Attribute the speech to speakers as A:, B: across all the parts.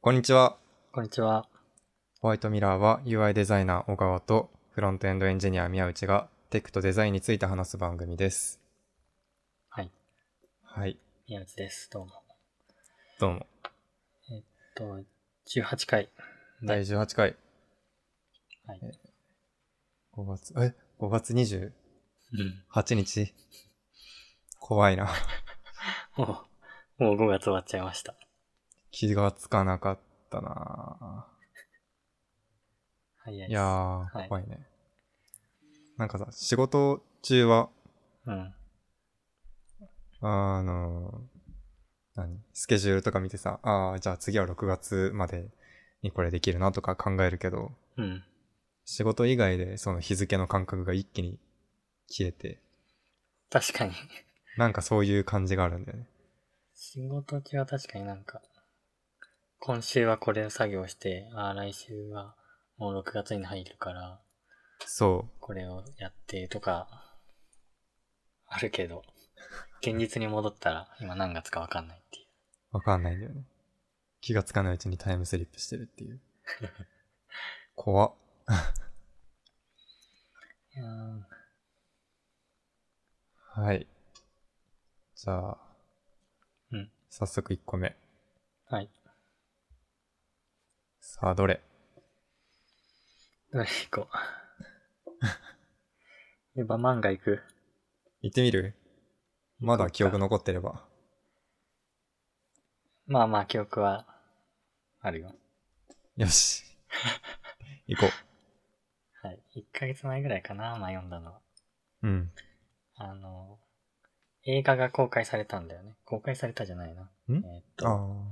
A: こんにちは。
B: こんにちは。
A: ホワイトミラーは UI デザイナー小川とフロントエンドエンジニア宮内がテクとデザインについて話す番組です。
B: はい。
A: はい。
B: 宮内です。どうも。
A: どうも。
B: と、18回。
A: 第18回。
B: はい。
A: 5月、え ?5 月28
B: うん。
A: 日怖いな。
B: もう、もう5月終わっちゃいました。
A: 気がつかなかったな
B: 早いです。
A: いやー、
B: はい
A: 怖いね。なんかさ、仕事中は、
B: うん。
A: あの、何スケジュールとか見てさ、ああ、じゃあ次は6月までにこれできるなとか考えるけど、
B: うん。
A: 仕事以外でその日付の感覚が一気に消えて、
B: 確かに。
A: なんかそういう感じがあるんだよね。
B: 仕事中は確かになんか、今週はこれを作業して、ああ、来週はもう6月に入るから、
A: そ
B: これをやってとか、あるけど、現実に戻ったら今何月かわかんないっていう。
A: う、わかんないんだよね。気がつかないうちにタイムスリップしてるって いう。怖っ。
B: いやー
A: はい。じゃあ、
B: うん
A: 早速1個目。
B: はい。
A: さあ、どれ
B: どれ行こ う。エヴァ漫画行く。
A: 行ってみるまだ記憶残ってれば。
B: まあまあ記憶はあるよ。
A: よし。行こ
B: はい。1ヶ月前ぐらいかな、まあ読んだのは。
A: う。うん。
B: あの、映画が公開されたんだよね。公開されたじゃないな。
A: ん
B: えーっ
A: あ
B: と、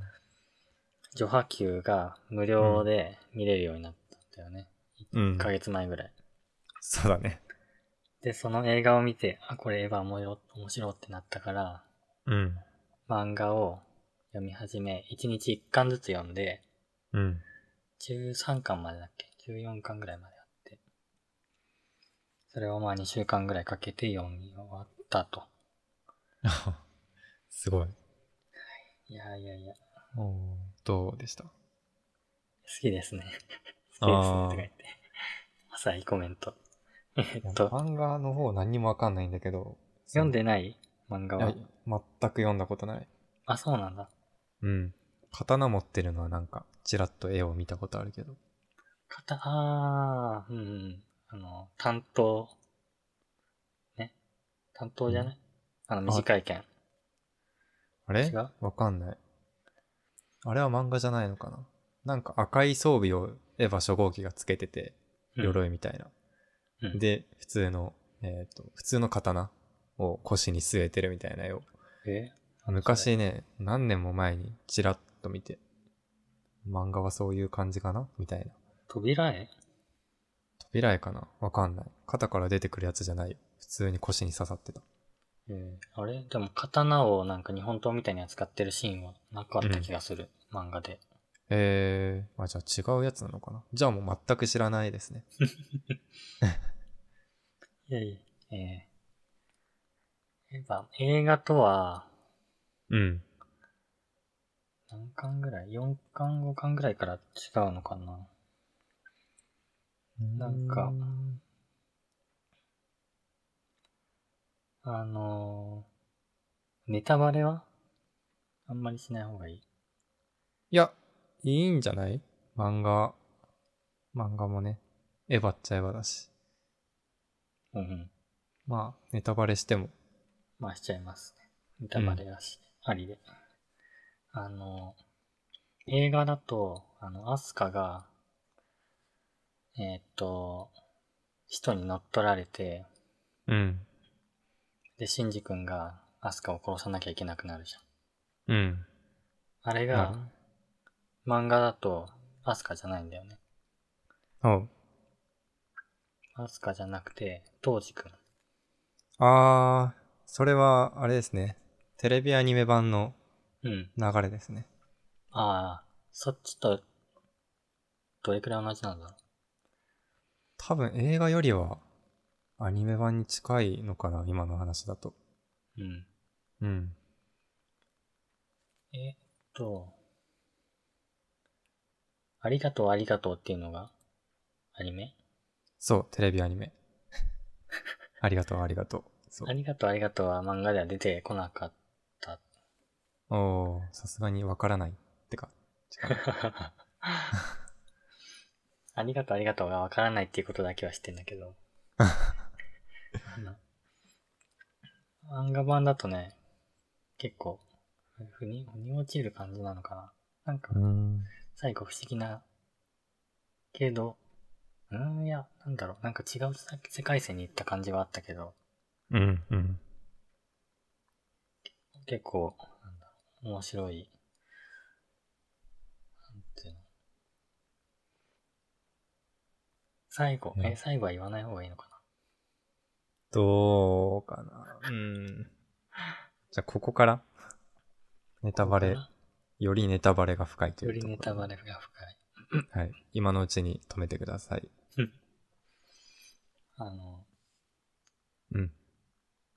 B: ジョハ Q が無料で見れるようになったんだよね。
A: ーうん
B: 1。ヶ月前ぐらい。
A: そうだね。
B: で、その映画を見て、あ、これエヴァ面白面白ってなったから、
A: うん。
B: 漫画を読み始め、1日1巻ずつ読んで、
A: うん。
B: 13巻までだっけ ?14 巻ぐらいまであって。それをまあ2週間ぐらいかけて読み終わったと。
A: すごい。
B: いやいやいや、好
A: おどうでした
B: きですね。好
A: あー
B: きですね。とか言って。浅いコメント。えーっと、
A: 漫画の方何にもわかんないんだけど。
B: 読んでない漫画
A: いや
B: は
A: 全。く読んだことない。
B: あ、そうなんだ。
A: うん。刀持ってるのはなんか、ちらっと絵を見たことあるけど。
B: かた、あー、うんうん。あの、担当。ね。担当じゃないあの、短い剣。
A: あれ
B: 違う
A: わかんない。あれは漫画じゃないのかななんか赤い装備をエヴァ初号機がつけてて、
B: うん
A: 鎧みたいな。
B: うん、
A: で、普通の、えっ、と、普通の刀を腰に据えてるみたいな絵を。
B: え
A: 昔ね、何年も前にちらっと見て、漫画はそういう感じかなみたいな。
B: 扉絵
A: 扉絵かなわかんない。肩から出てくるやつじゃないよ。普通に腰に刺さってた。
B: えー、あれでも刀をなんか日本刀みたいに扱ってるシーンはなかった気がする、漫画で。
A: えー、あ、じゃあ違うやつなのかなじゃあもう全く知らないですね。
B: いやいや。えー、やっぱ映画とは
A: うん。
B: 何巻ぐらい ?4 巻5巻ぐらいから違うのかななんかあのー、ネタバレはあんまりしない方がいい。
A: いや、いいんじゃない漫画、漫画もね、エヴァっちゃエヴァだし。
B: うんうん。
A: まあ、ネタバレしても。
B: まあしちゃいますね。ネタバレはし、ありで。あのー、映画だと、あの、アスカが、えーっと、使徒に乗っ取られて、
A: うん。
B: で、シンジ君がアスカを殺さなきゃいけなくなるじゃん。
A: うん。
B: あれ
A: なる
B: が、漫画だと、アスカじゃないんだよね。
A: ほど
B: アスカじゃなくて、トウジ君。
A: あー、それは、あれですね。テレビアニメ版の
B: うん。
A: 流れですね。
B: ああ、そっちと、どれくらい同じなんだろ
A: 多分映画よりは、アニメ版に近いのかな、今の話だと。
B: う。うん。
A: うん。
B: えっと、ありがとうありがとうっていうのが、アニメ
A: そう、テレビアニメ。 ありがとう、ありがとう。そ
B: ありがとうありがとうは漫画では出てこなかった。
A: う。おー、さすがにわからないってか。違う
B: ありがとうありがとうがわからないっていうことだけは知ってんだけど。あの漫画版だとね、結構、ふに、ふに落ちる感じなのかな。なんか
A: う、ん。
B: 最後不思議な、けど、うーん、いや、なんだろう、なんか違うさ世界線に行った感じはあったけど、
A: うん、うん。
B: 結構、なんだろう面白い。なんていうの。最後、
A: ね
B: え、最後は言わない方がいいのか
A: どうかな。うん。じゃあ、ここからネタ
B: な。
A: バレ、よりネタバレが深いと
B: よ
A: いう
B: り
A: ところ。
B: ネタバレが深い。
A: はい。今のうちに止めてください。
B: あの、
A: うん。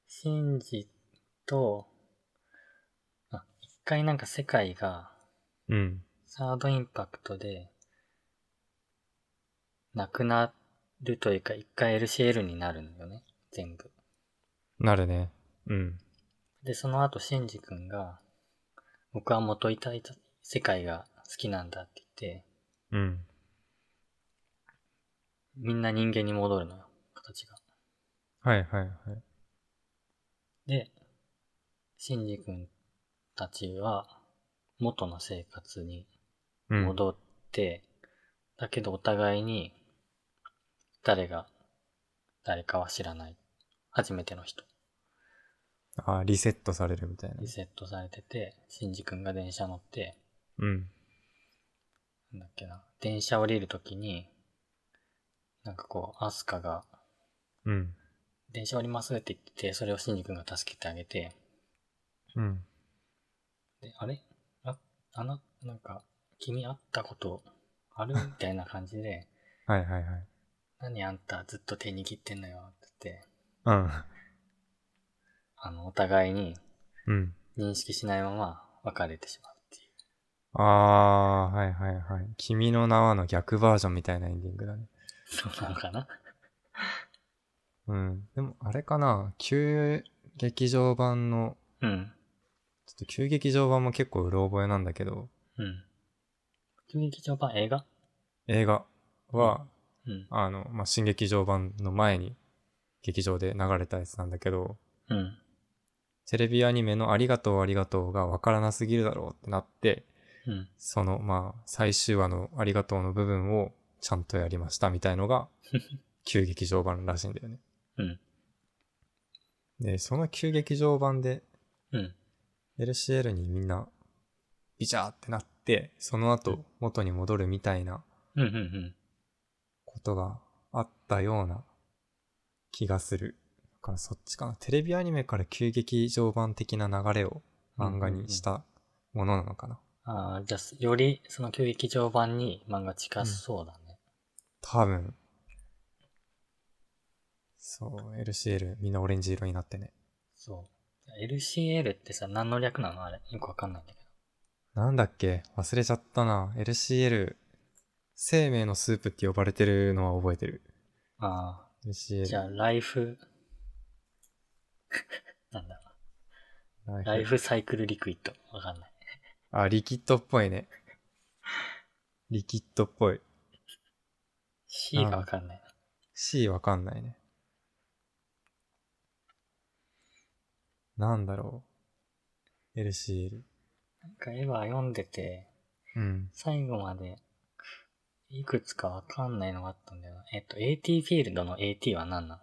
B: シンジと、あ、一回なんか世界が、
A: うん。
B: サードインパクトで、なくなるというか、一回 LCL になるんだよね。全部。
A: なるね。うん。
B: で、その後、シンジ君が、僕は元いたいた世界が好きなんだって言って、
A: うん。
B: みんな人間に戻るのよ、形が。
A: はいはいはい。
B: で、シンジ君たちは、元の生活に
A: うん。
B: 戻って、だけどお互いに、誰が、誰かは知らない。初めての人。
A: あーリセットされるみたいな
B: リ。セットされてて、シンジ君が電車乗って、
A: うん。
B: なんだっけな、電車降りるときに、なんかこう、アスカが、
A: うん。
B: 電車降りますって言ってて、それをシンジ君が助けてあげて、
A: うん。
B: で、あれあ、あな、なんか、君会ったことあるみたいな感じで、
A: はいはいはい。
B: 何あんたずっと手握ってんのよって言って、
A: うん。
B: あの、お互いに
A: うん。
B: 認識しないまま別れてしまうっていう。
A: あー、はいはいはい。君の名はの逆バージョンみたいなエンディングだね。
B: そうなのかな
A: うん。でも、あれかな、旧劇場版の、
B: うん。
A: ちょっと旧劇場版も結構うろ覚えなんだけど、
B: うん。急激場版映画
A: 映画は、
B: うん。
A: あの、まあ、新劇場版の前に劇場で流れたやつなんだけど、
B: うん。
A: テレビアニメのありがとうありがとうがわからなすぎるだろうってなって、
B: うん。
A: その、まあ、最終話のありがとうの部分をちゃんとやりましたみたいのが、旧劇場版らしいんだよね。
B: うん。
A: で、その旧劇場版で
B: うん。
A: LCL にみんなビチャーってなって、その
B: う
A: 後元に戻るみたいな
B: うん。うん。うん。
A: ことがあったような気がする。だからそっちかな。テレビアニメから旧劇場版的な流れを漫画にしたものなのかな。
B: ああ、じゃあ、よりその急激場版に漫画近そうだね。
A: 多分。そう、LCL みんなオレンジ色になってね。
B: そう。LCL ってさ、何の略なのあれ。よくわかんないんだけ
A: なんだっけ忘れちゃったな。LCL、生命のスープって呼ばれてるのは覚えてる。
B: ど。ああ、じゃ
A: LCL。
B: あ、ライフ、 なんだろう。
A: ラ
B: ラ
A: イ
B: イ
A: フ
B: フサイクルリクイッド。わかんない。
A: あ、リキッドっぽいね。リキッドっぽい。
B: C がわかんない。
A: C わかんないね。なんだろう。LCL。
B: なんか絵は読んでて、
A: うん。
B: 最後まで、いくつかわかんないのがあったんだよな。えっと、AT フィールドの AT は何なの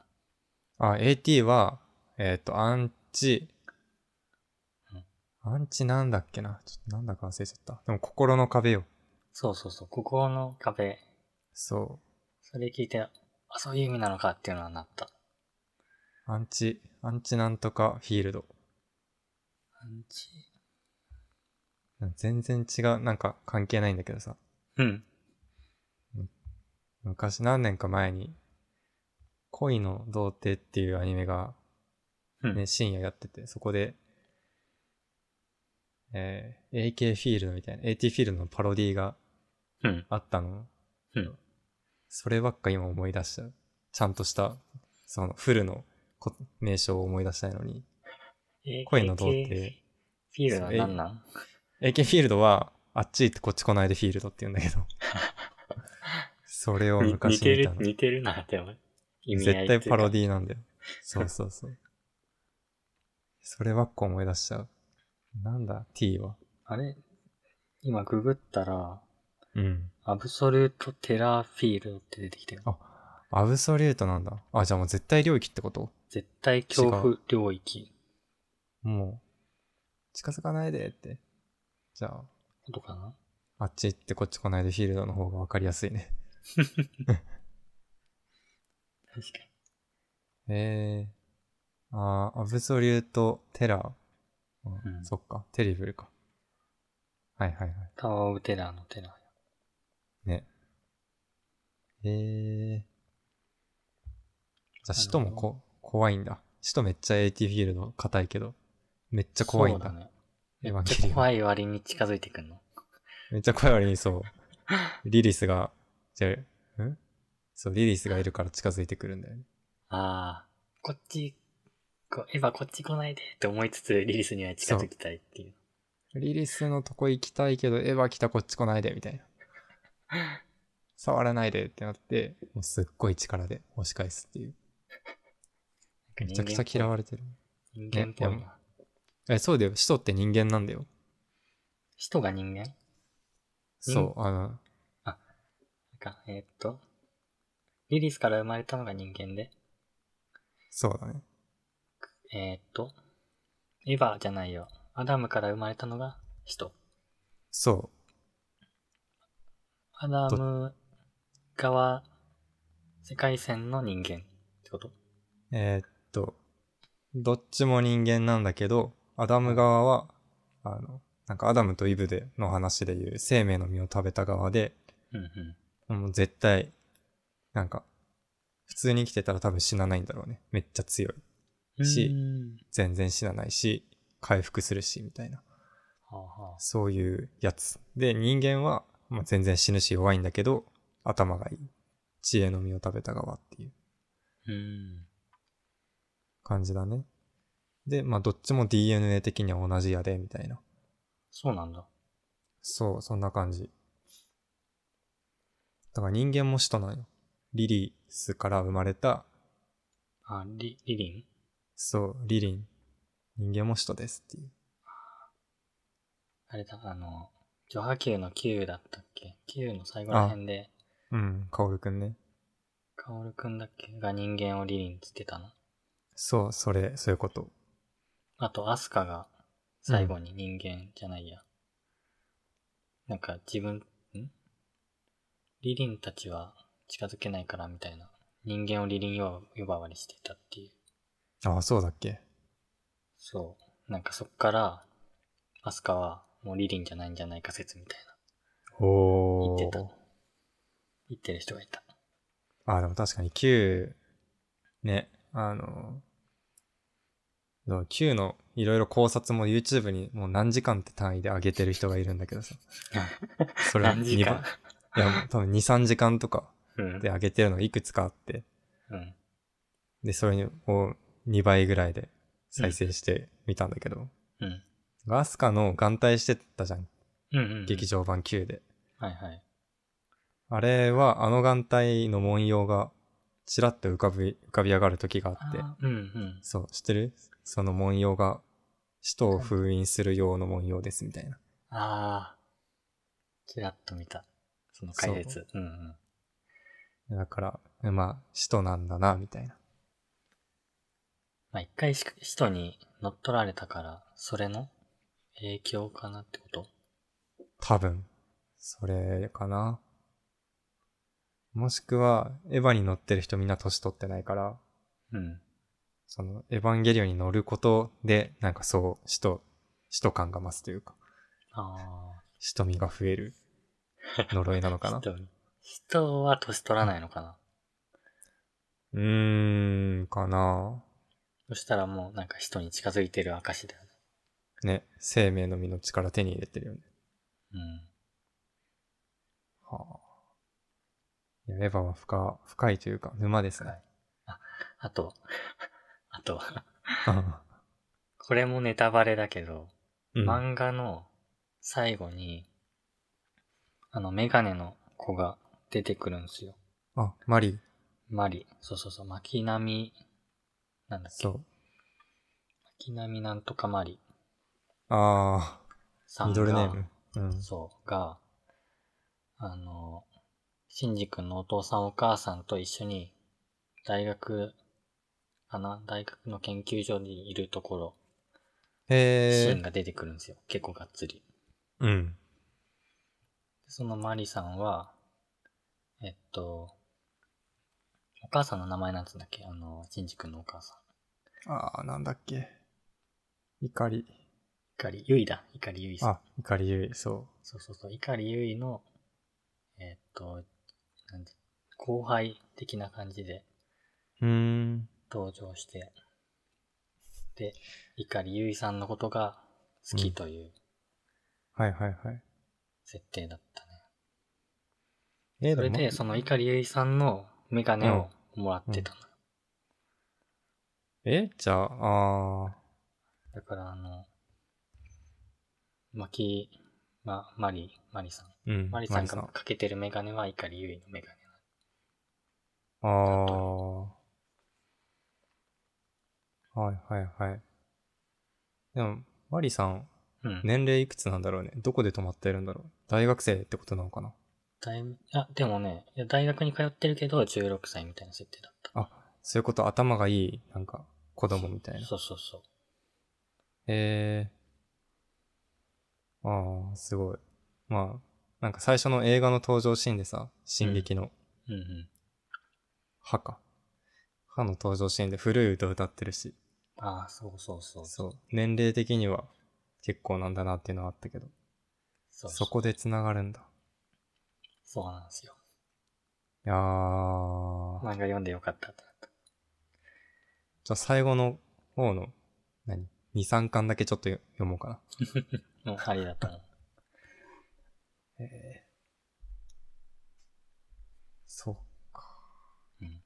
A: あ、AT は、えっ、と、アンチ
B: うん、
A: アンチなんだっけな。ちょっとなんだか忘れちゃった。でも、心の壁よ。
B: そうそうそう、ここの壁。
A: そ
B: それ聞いて、あ、そういう意味なのかっていうのはなった。
A: う。アンチ、アンチなんとかフィールド。
B: アンチ
A: 全然違う、なんか関係ないんだけどさ。
B: うん。
A: 昔何年か前に、恋の童貞っていうアニメが、
B: うん。
A: ね、深夜やってて、そこで、えー AK フィールドみたいな、AT フィールドのパロディが
B: うん。
A: あったの。
B: うん
A: そればっか今思い出した。ちゃんとした、そのフルのこ名称を思い出したいのに。声の童貞
B: AK フィールドは何なん
A: AK フィールドは、あっち行ってこっち来ないでフィールドって言うんだ けど。それを
B: に似
A: 昔
B: て
A: 見
B: る
A: た、の。
B: 似てるな、でも。意味合
A: 絶
B: い
A: 対パロ
B: ィ。
A: ディーなんだよ。そうそうそう。そればっか思い出しちゃう。なんだ、t は。
B: あれ今ググったら、
A: うん。
B: アブソルートテラーフィールドって出てきたよ。
A: アブソリュートなんだ。あ、じゃあもう絶対領域ってこと
B: 絶対恐怖領域。
A: もう、近づかないでって。じゃあ、
B: ことかな
A: あっち行ってこっち来ないでフィールドの方がわかりやすいね。
B: 確かに。
A: えー。あー、アブソリュート、テラー。うん
B: うん
A: そっか、テリブルか。はいはいはい。
B: タワーオブテラーのテラーよ。
A: ね。えー。じゃあ、使徒もこ、怖いんだ。使徒めっちゃ AT フィールド硬いけど、めっちゃ怖いんだ。
B: そうだね。
A: エヴァン
B: め
A: ゲ
B: っち
A: リオ
B: ゃ
A: ン
B: 怖い割に近づいてくんの。
A: めっちゃ怖い割にそう。リリスが、じゃあ、んそう、リリスがいるから近づいてくるんだよね。
B: ああ、こっち、こエヴァこっち来ないでって思いつつ、リリスには近づきたいっていう。
A: リリスのとこ行きたいけど、エヴァ来たこっち来ないで、みたいな。 触らないでってなって、もうすっごい力で押し返すっていう。めちゃくちゃ嫌われてる。
B: 人間っぽい
A: ねいや
B: な。
A: え、そうだよ。使徒って人間なんだよ。
B: 人が人間なん
A: そう、あの、
B: か、えーっと、リリスから生まれたのが人間で、
A: そうだね。
B: えーっと、エヴァじゃないよ。アダムから生まれたのが人。
A: そ
B: アダム側、世界線の人間ってこと
A: う。えーっと、どっちも人間なんだけど、アダム側は、あの、なんかアダムとイブでの話でいう生命の実を食べた側で、
B: うんうん。
A: もう絶対、なんか、普通に生きてたら多分死なないんだろうね。めっちゃ強い。し
B: うーん
A: 全然死なないし、回復するし、みたいな。
B: はあはあ
A: そういうやつ。で、人間は、まあ、全然死ぬし弱いんだけど、頭がいい。知恵の実を食べた側っていう
B: うーん。
A: 感じだね。で、まあ、どっちも DNA 的には同じやで、みたいな。
B: そうなんだ。
A: そう、そんな感じ。だから人間も使徒なんよ。リリースから生まれた、
B: あ、リ、リリン
A: そう、リリン。人間も使徒ですっていう。
B: あれだ、あの、ジョハキューの Q だったっけ ?Q の最後ら辺で、
A: うん、カオルくんね。
B: カオルくんだっけが人間をリリンつってたの。
A: そう、それ、そういうこと。
B: あと、アスカが最後に人間じゃないや。なんか自分、んリリンたちは近づけないからみたいな。人間をリリン呼ばわりしてたっていう。
A: ああ、そうだっけ。
B: そう。なんかそっから、アスカはもうリリンじゃないんじゃないか説みたいな。言
A: おー
B: ってた。言ってる人がいた。
A: あ、でも確かに Q、ね、あの、そう Q のいろいろ考察も YouTube にもう何時間って単位で上げてる人がいるんだけど さ。それ
B: 何時
A: 二番
B: 間
A: いや、もう多分2、3時間とか
B: うん
A: で。上げてるのがいくつかあって、
B: うん。
A: で、それを2倍ぐらいで再生してみたんだけど、
B: うん。
A: アスカの眼帯してたじゃん、
B: うんうん、うん。
A: 劇場版 Q で。
B: はいはい。
A: あれは、あの眼帯の文様が、ちらっと浮かび、浮かび上がる時があって、
B: あーうんうん。
A: そう、知ってるその文様が、使徒を封印する用の文様ですみたいな。
B: ああ。ちらっと見た。その解説。うんうん。
A: だから、まあ、使徒なんだな、みたいな。
B: まあ、一回し使徒に乗っ取られたから、それの影響かなってこと
A: 多分、それかな。もしくは、エヴァに乗ってる人みんな年取ってないから、
B: うん。
A: その、エヴァンゲリオンに乗ることで、なんかそう、使徒、使徒感が増すというか、
B: あ
A: 使徒味が増える呪いなの
B: あ。
A: かな。
B: 使徒に使徒は年取らないのかな、
A: うーん、かな。
B: そしたらもうなんか使徒に近づいてる証だよね。
A: ね、生命の実の力手に入れてるよね。
B: うん。
A: はや、エヴァは深、深いというか、沼ですね。
B: あと、 あと、
A: あ
B: これもネタバレだけど、
A: うん。
B: 漫画の最後に、あの、メガネの子が出てくるんですよ。
A: あ、マリー、
B: マリ。そうそうそう、巻波、なんだっけ
A: そ。う。
B: 巻波なんとかマリ
A: あ
B: さ
A: あ、
B: ん
A: ミ
B: が、
A: ドルネーム。うん。
B: そう、が、あの、シンジ君のお父さんお母さんと一緒に、大学、かな大学の研究所にいるところ、シ
A: へ
B: ーン
A: え。
B: が出てくるんですよ。結構がっつり。
A: うん。
B: そのマリさんは、えっと、お母さんの名前なんつうんだっけあの、シンジ君のお母さん。
A: ああ、なんだっけ。怒り。
B: 碇ゆいだ。碇ゆいさん。
A: あ、怒りゆい、そ
B: そうそうそう。碇ゆいの、えっと、なんて後輩的な感じで
A: う。うーん。
B: 登場して、で、碇ゆいさんのことが好きという
A: はいはいはい。
B: 設定だったね。
A: え
B: それで、その碇ゆいさんのメガネをもらってたの。
A: えじゃあ、ああ、
B: だから、あの、マキ、ま、マリ、マリさん。
A: うん。
B: マリさん
A: マ
B: がかけてるメガネは碇ゆいのメガネ。
A: ああ。はいはいはい。でも、マリさん、
B: うん。
A: 年齢いくつなんだろうね。どこで泊まってるんだろう。大学生ってことなのかな。
B: だいぶ、あ、でもね、いや大学に通ってるけど、16歳みたいな設定だった。
A: あ、そういうこと、頭がいい、なんか、子供みたいな。
B: そうそうそう。
A: へえ。ああ、すごい。まあ、なんか最初の映画の登場シーンでさ、進撃の
B: うんうん。
A: 歯か。歯の登場シーンで古い歌歌ってるし、
B: ああ、そうそうそう。
A: そう、年齢的には結構なんだなっていうのはあったけど、
B: そう
A: そこで繋がるんだ。
B: そうなんですよ。
A: いやー、
B: 漫画読んでよかったってなった。
A: じゃあ最後の方の、何 ?2、3巻だけちょっと読もうかな。
B: もうありだと思う。
A: そうか。
B: うん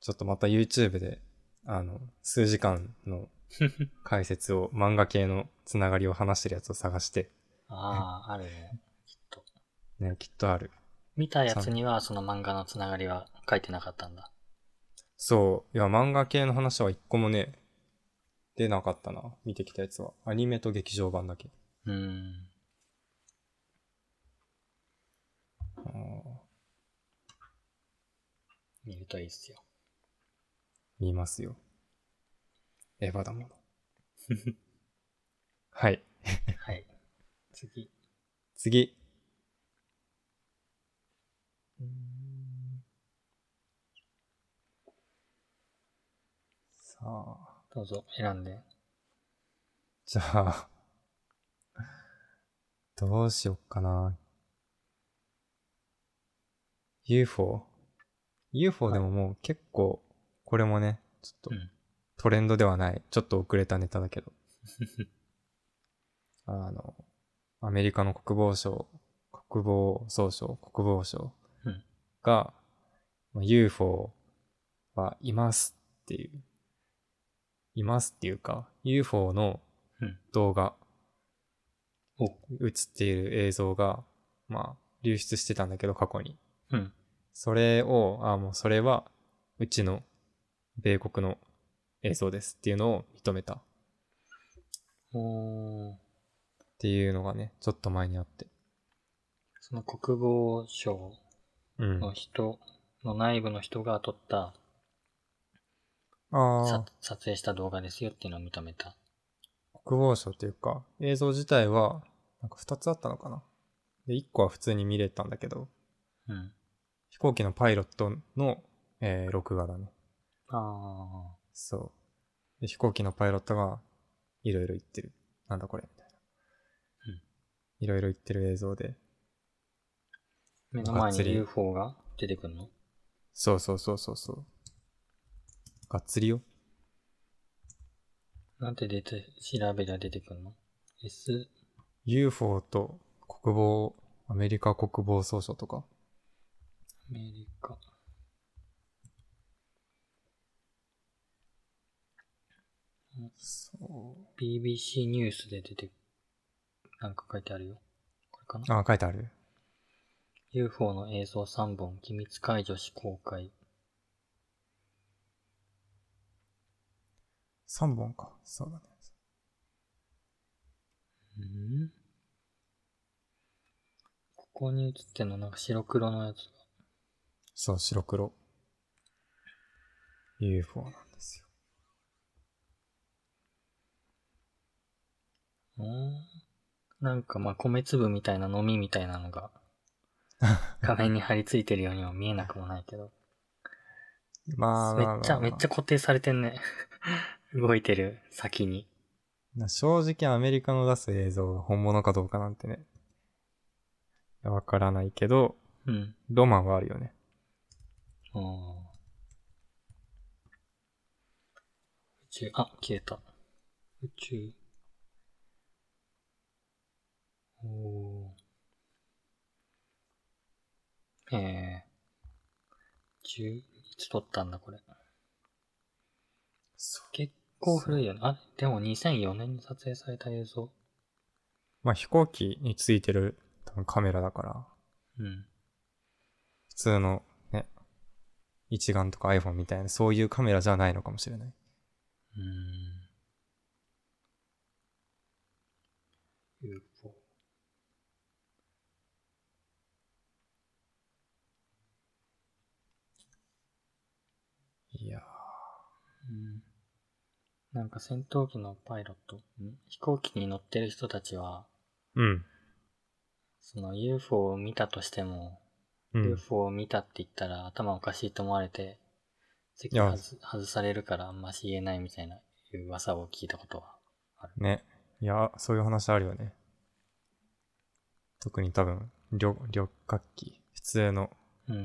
A: ちょっとまた YouTube で、あの、数時間 の解説を、漫画系のつながりを話してるやつを探して、
B: ああ、あるね。
A: ね、きっとある。
B: 見たやつには、その漫画のつながりは書いてなかったんだ。
A: そう、いや、漫画系の話は一個もね、出なかったな、見てきたやつは。アニメと劇場版だけ。
B: うーん。
A: あー
B: 見るといいっすよ。
A: 見ますよ。エヴァだ もの。はい。
B: はい。次。
A: 次。さあ、
B: どうぞ、選んで。
A: じゃあ、どうしよっかな。UFO?UFO でももう結構、これもね、ちょっと
B: うん
A: トレンドではない、ちょっと遅れたネタだけ ど。あの、アメリカの国防省、国防総省、国防省
B: うん
A: が、まあ UFO はいますっていう、いますっていうか、UFO の
B: うん
A: 動画、
B: お
A: 映っている映像が、まあ、流出してたんだけど、過去に。
B: うん。
A: それを、あもうそれは、うちの、米国の映像ですっていうのを認めたっ
B: おー。
A: ていうのがね、ちょっと前にあって。
B: その国防省
A: うん。
B: の人の内部の人が撮った、
A: あ
B: さ撮影した動画ですよっていうのを認めた。
A: あ、国防省というか、映像自体は、なんか2つあったのかな。で、1個は普通に見れたんだけど、
B: うん。
A: 飛行機のパイロットの、えー録画だね。
B: あ
A: そう。で、飛行機のパイロットが、いろいろ言ってる。なんだこれみたいな
B: うん。
A: いろいろ言ってる映像で。
B: ー。目の前
A: がっつり
B: に UFO が出てくるの
A: そうそうそうそうそう。がっつりよ。
B: なんて出て、調べりゃ出てくるの ?S、
A: UFO と国防、アメリカ国防総省とか。
B: メリカ。
A: そ
B: BBC ニュースで出て、なんか書いてあるよ。これかな
A: う。あ、書いてある。
B: UFO の映像3本、機密解除し公開。
A: 3本か。そうだね。
B: うんここに映ってんの、なんか白黒のやつが。
A: そう、白黒。UFO なんですよ。
B: うんなんかまあ米粒みたいな飲みみたいなのが、画面に張り付いてるようにも見えなくもないけど。
A: まあ
B: め
A: まあまあ、
B: っちゃ、めっちゃ固定されてんね。動いてる先に。
A: な正直アメリカの出す映像が本物かどうかなんてね。わからないけど、
B: うん。
A: ロマンはあるよね。
B: あー宇宙、あ、消えた。宇宙。おー。えー。中、いつ撮ったんだ、これ。
A: そう
B: 結構古いよね。あ、でも2004年に撮影された映像。
A: まあ飛行機についてる多分カメラだから、
B: うん。
A: 普通のね、一眼とか iPhone みたいな、そういうカメラじゃないのかもしれない。
B: うーん。UFO。
A: いや
B: うんなんか戦闘機のパイロット、ん飛行機に乗ってる人たちは、
A: うん。
B: その UFO を見たとしても、
A: うん。
B: UFO を見たって言ったら頭おかしいと思われて、席
A: や
B: 外す外されるからあんまし言えないみたいないう噂を聞いたことは。
A: ね。いや、そういう話あるよね。特に多分、旅、旅客機、普通の
B: うんう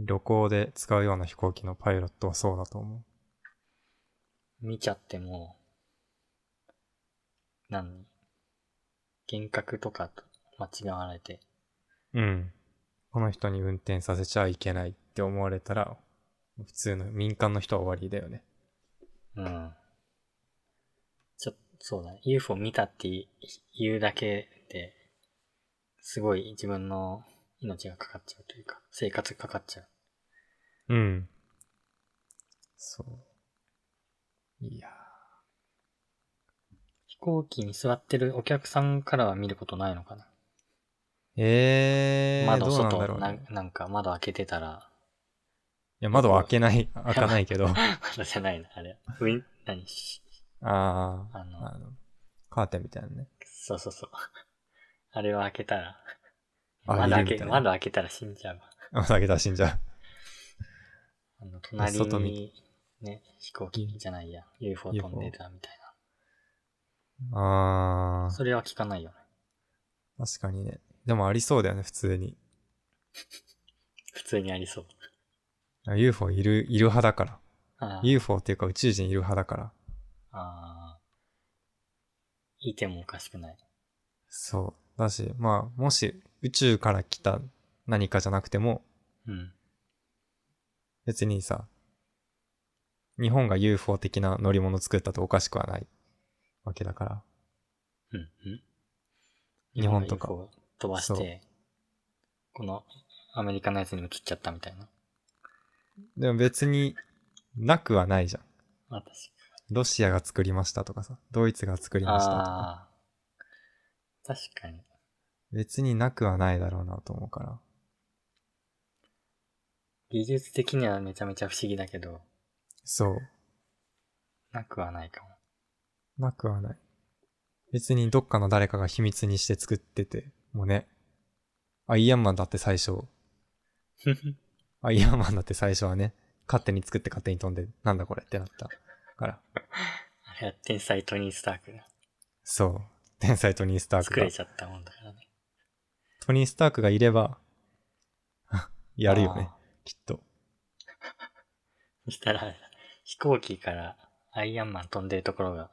B: ん。
A: 旅行で使うような飛行機のパイロットはそうだと思う。
B: 見ちゃっても、何幻覚とかと間違われて、
A: うん。この人に運転させちゃいけないって思われたら、普通の民間の人は終わりだよね。
B: うん。ちょ、そうだね。UFO 見たって言うだけで、すごい自分の命がかかっちゃうというか、生活がかかっちゃう。
A: うん。そう。いや
B: 飛行機に座ってるお客さんからは見ることないのかな。
A: ー。えー、
B: 窓
A: どうなん
B: 外
A: だろう
B: な
A: ね。
B: ん、なんか窓開けてたら、
A: いや、窓は開けない、開かないけど。あ
B: 窓じゃないな、あれ。ウィン、何し
A: あー、
B: あの
A: あの、カーテンみたいなね。
B: そうそうそう。あれを開けたら、
A: あ
B: 窓開
A: いるみ
B: け、
A: たいな
B: 窓開けたら死んじゃう
A: あ、
B: わ。
A: 開けたら死んじゃ
B: あの、隣
A: 外
B: に
A: 見、
B: ね、飛行機じゃないや、UFO 飛
A: UFO。
B: んでたみたいう
A: あ
B: な。それは聞かないよね。
A: あ、確かにね。でもありそうだよね、普通に。
B: 普通にありそう。
A: あ UFO いる、いる派だから。
B: あー
A: UFO っていうか宇宙人いる派だから。
B: あー。いてもおかしくない。
A: そう。だし、まあ、もし宇宙から来た何かじゃなくても、
B: うん。
A: 別にさ、日本が UFO 的な乗り物作ったとおかしくはないわけだから。
B: うん。うん
A: 日本とか
B: 日が UFO 飛ばして、このアメリカのやつに移っちゃったみたいな。
A: でも別になくはないじゃん。
B: まあ確か
A: ロシアが作りましたとかさ、ドイツが作り
B: に。
A: ましたとか。
B: ああ。確かに。
A: 別になくはないだろうなと思うから。
B: 技術的にはめちゃめちゃ不思議だけど、
A: そう。
B: なくはないかも。
A: なくはない。別にどっかの誰かが秘密にして作ってて、もうね。アイアンマンだって最初、アイアンマンだって最初はね、勝手に作って勝手に飛んで、なんだこれってなったから。
B: あれは天才トニー・スタークが
A: そう。天才トニー・スターク
B: 作
A: が
B: れ。ちゃったもんだからね。
A: トニー・スタークがいれば、 やるよね
B: あ。
A: きっと。
B: そしたら、飛行機からアイアンマン飛んでるところが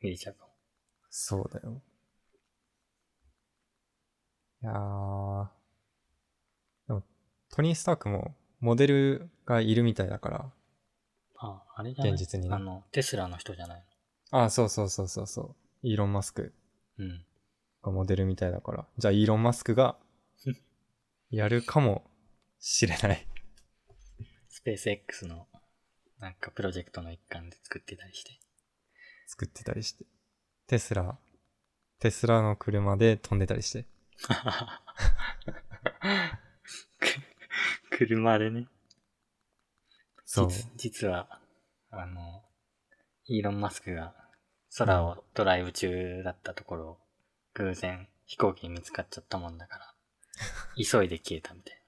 B: 見れちゃうかも。
A: そうだよ。いやー。でも、トトニー・スタークもモデルがいるみたいだから、
B: あ、あれじゃない
A: 現実にね
B: あの、テスラの人じゃない
A: あそうそうそうそうそう。イーロン・マスク
B: の。うん。
A: がモデルみたいだから。じゃあ、イーロン・マスク がやるかもしれない。
B: スペース X の、なんかプロジェクトの一環で作ってたりして。
A: 作ってたりして。テスラ、テスラの車で飛んでたりして。
B: く車でね。
A: そう。
B: 実実は、あの、イーロン・マスクが空をドライブ中だったところを、偶然飛行機に見つかっちゃったもん だから、急いで消えたみたい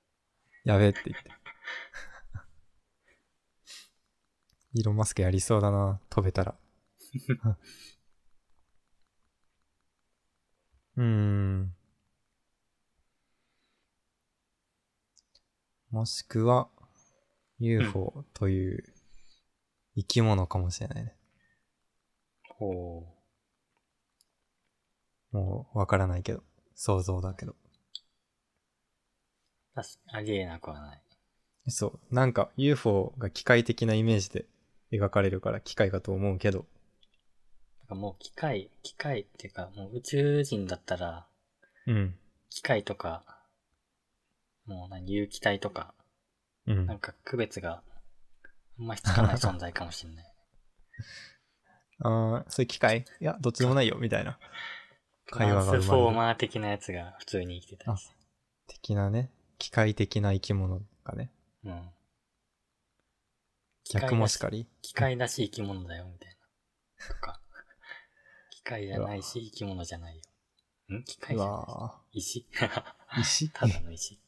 A: やべえって言って。 イーロン・マスクやりそうだな、飛べたら。 うーん。もしくは、UFO という生き物かもしれないね。
B: な。おー
A: もうわからないけど。想像だけど。
B: 確かありえなくはない。
A: そう。なんか UFO が機械的なイメージで描かれるから機械かと思うけど。
B: なんかもう機械、機械っていうか、もう宇宙人だったら、
A: うん。
B: 機械とか、もう何、有機体とか、
A: うん
B: なん。か区別があんましつか ない存在かもしれない。
A: ああ、そういう機械いや、どっちでもないよ、みたいな。
B: ト
A: 会
B: ラ
A: 話
B: ン
A: が
B: ス
A: 生
B: フォー
A: まれる。
B: マー的なやつが普通に生きてたりして。
A: 的なね、機械的な生き物がね、
B: うん。機械だし
A: 逆もしかり。
B: 機械だし生き物だよ、みたいな。とか。機械じゃないし、生き物じゃないよ。ん機械
A: う
B: じゃな
A: わ
B: いし。石
A: ー石
B: ただの石。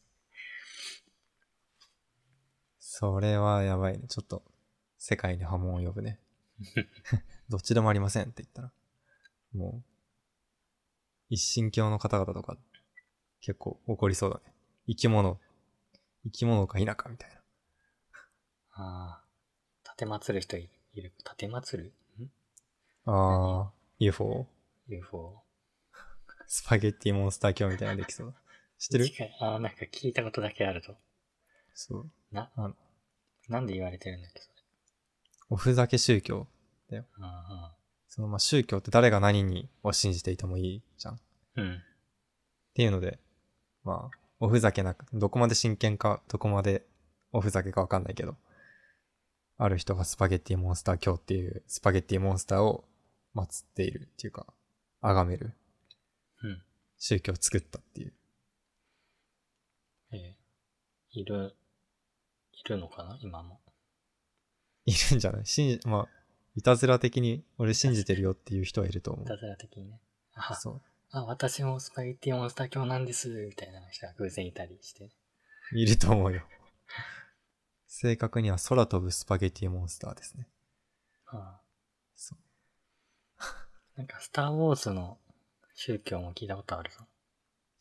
A: それはやばいね。ちょっと、世界に波紋を呼ぶ ね。どっちでもありませんって言ったら。もう、一神教の方々とか、結構怒りそうだね。生き物、生き物か否かみたいな。
B: ああ。立てまつる人いいる。立てまつるん
A: あー、UFO?
B: ?UFO。
A: スパゲッティモンスター教みたいなのできそうだ。知ってる
B: 近いああ、なんか聞いたことだけあると。
A: そう。
B: な
A: あの、
B: なんで言われてるんだっけ、それ。
A: おふざけ宗教。
B: あ
A: そのまあ宗教って誰が何にを信じていてもいいじゃん。っ
B: あ、うん。
A: ていうので、まあ、おふざけなく、どこまで真剣か、どこまでおふざけかわかんないけど、ある人がスパゲッティモンスター教っていうスパゲッティモンスターを祀っているっていうか、崇める
B: うん。
A: 宗教を作ったっていう。
B: えーいる、いるのかな今も。
A: いるんじゃない信じ、まあ、いたずら的に俺信じてるよっていう人はいると思
B: いうた。ずら的にね。あ、
A: そう。
B: あ、私もスパゲッティモンスター教なんです、みたいな人が偶然いたりして。
A: いると思うよ。正確には空飛ぶスパゲティモンスターですね。
B: あ
A: そう
B: なんか、スター・ウォーズの宗教も聞いたことあるぞ。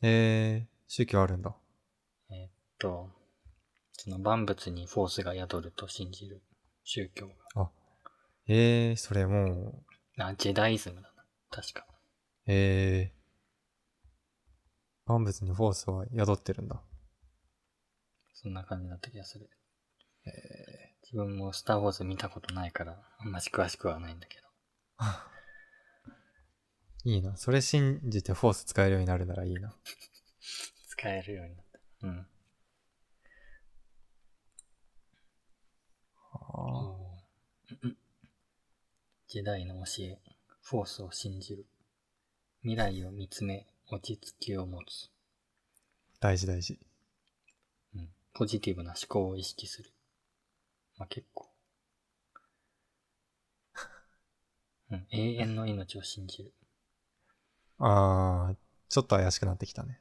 A: えー、宗教あるんだ。
B: と、その万物にフォースが宿ると信じる宗教
A: えー、それもう、
B: が。あ、ジェダイズムだな。確か。
A: えー、万物にフォースは宿ってるんだ。
B: そんな感じだった気がする。自分もスター・ウォーズ見たことないから、あんまし詳しくはないんだけど。
A: いいな。それ信じてフォース使えるようになるならいいな。
B: 使えるようになった。うん。
A: あー
B: ジェダイの教え、フォースを信じる。未来を見つめ、落ち着きを持つ。
A: 大事大事。
B: うん、ポジティブな思考を意識する。まあ、結構。うん、永遠の命を信じる。
A: あー、ちょっと怪しくなってきたね。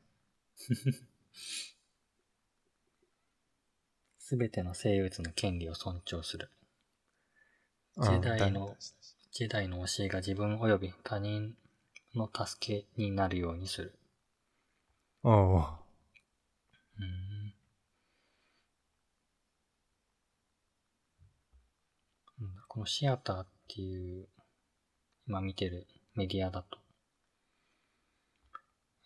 B: すべての生物の権利を尊重する。
A: うん
B: 時代
A: 大事大
B: の
A: 事
B: ジェダイの教えが自分及び他人の助けになるようにする。
A: おー、
B: うん。うんこのシアターっていう、今見てるメディアだと、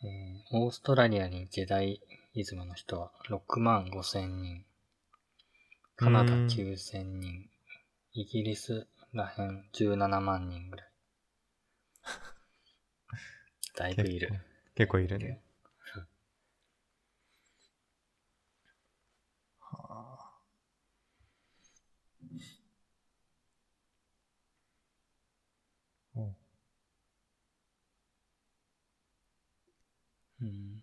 B: えーオーストラリアにジェダイイズムの人は6万5千人、カナダ
A: うん
B: 9千人、イギリスらへん17万 人ぐらい。だいぶいる。
A: 結構いるね。はあお
B: うん。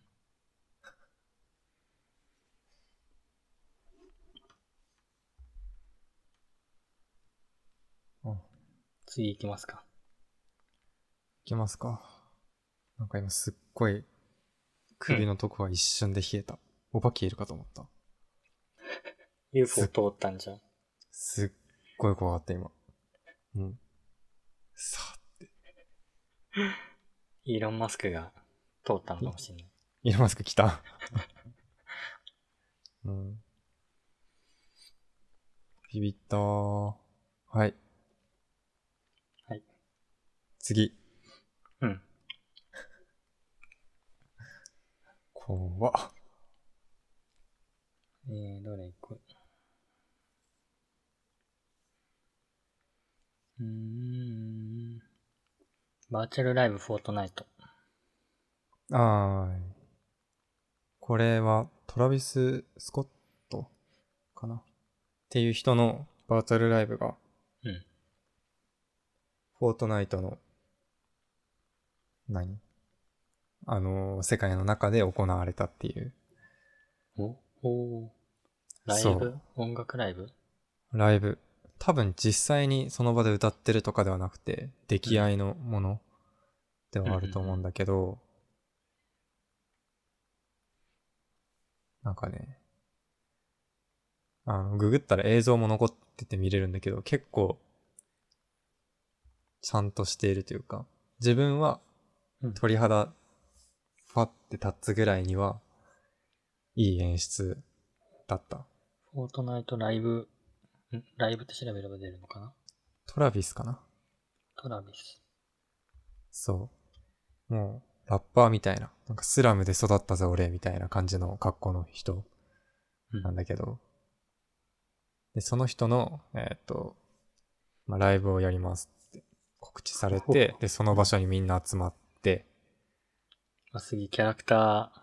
A: うん
B: 次行きますか。
A: いきますか。なんか今すっごい首のとこは一瞬で冷えた。お化けいるかと思った。
B: UFO 通ったんじゃん。
A: すっごい怖かった今。うん。さあ、
B: イーロン・マスクが通ったのかもしれない。
A: イーロンマスク来た。 うん。ビビったー。はい。
B: はい。
A: 次。
B: うん。
A: 怖っ。
B: えー、どれ行くうーん。バーチャルライブフォートナイト。
A: あーい。これはトラビス・スコットかなっていう人のバーチャルライブが、
B: うん。
A: フォートナイトの、何あのー世界の中で行われたっていう
B: おおーライ
A: そ
B: ブ
A: う
B: 音楽ライブ
A: ライブ。多分実際にその場で歌ってるとかではなくて、出来合いのものではあると思うんだけど、なんかね、あの、ググったら映像も残ってて見れるんだけど、結構、ちゃんとしているというか、自分は
B: うん
A: 鳥肌、ファって立つぐらいには、いい演出だった。
B: フォートナイトライブ、んライブって調べれば出るのかな
A: トラビスかな
B: トラビス。
A: そう。もう、ラッパーみたいな。なんかスラムで育ったぜ俺みたいな感じの格好の人
B: う
A: なんだけど。で、その人の、えーっと、まあ、ライブをやりますって告知されて、で、その場所にみんな集まって、
B: あ、すぎ、キャラクター、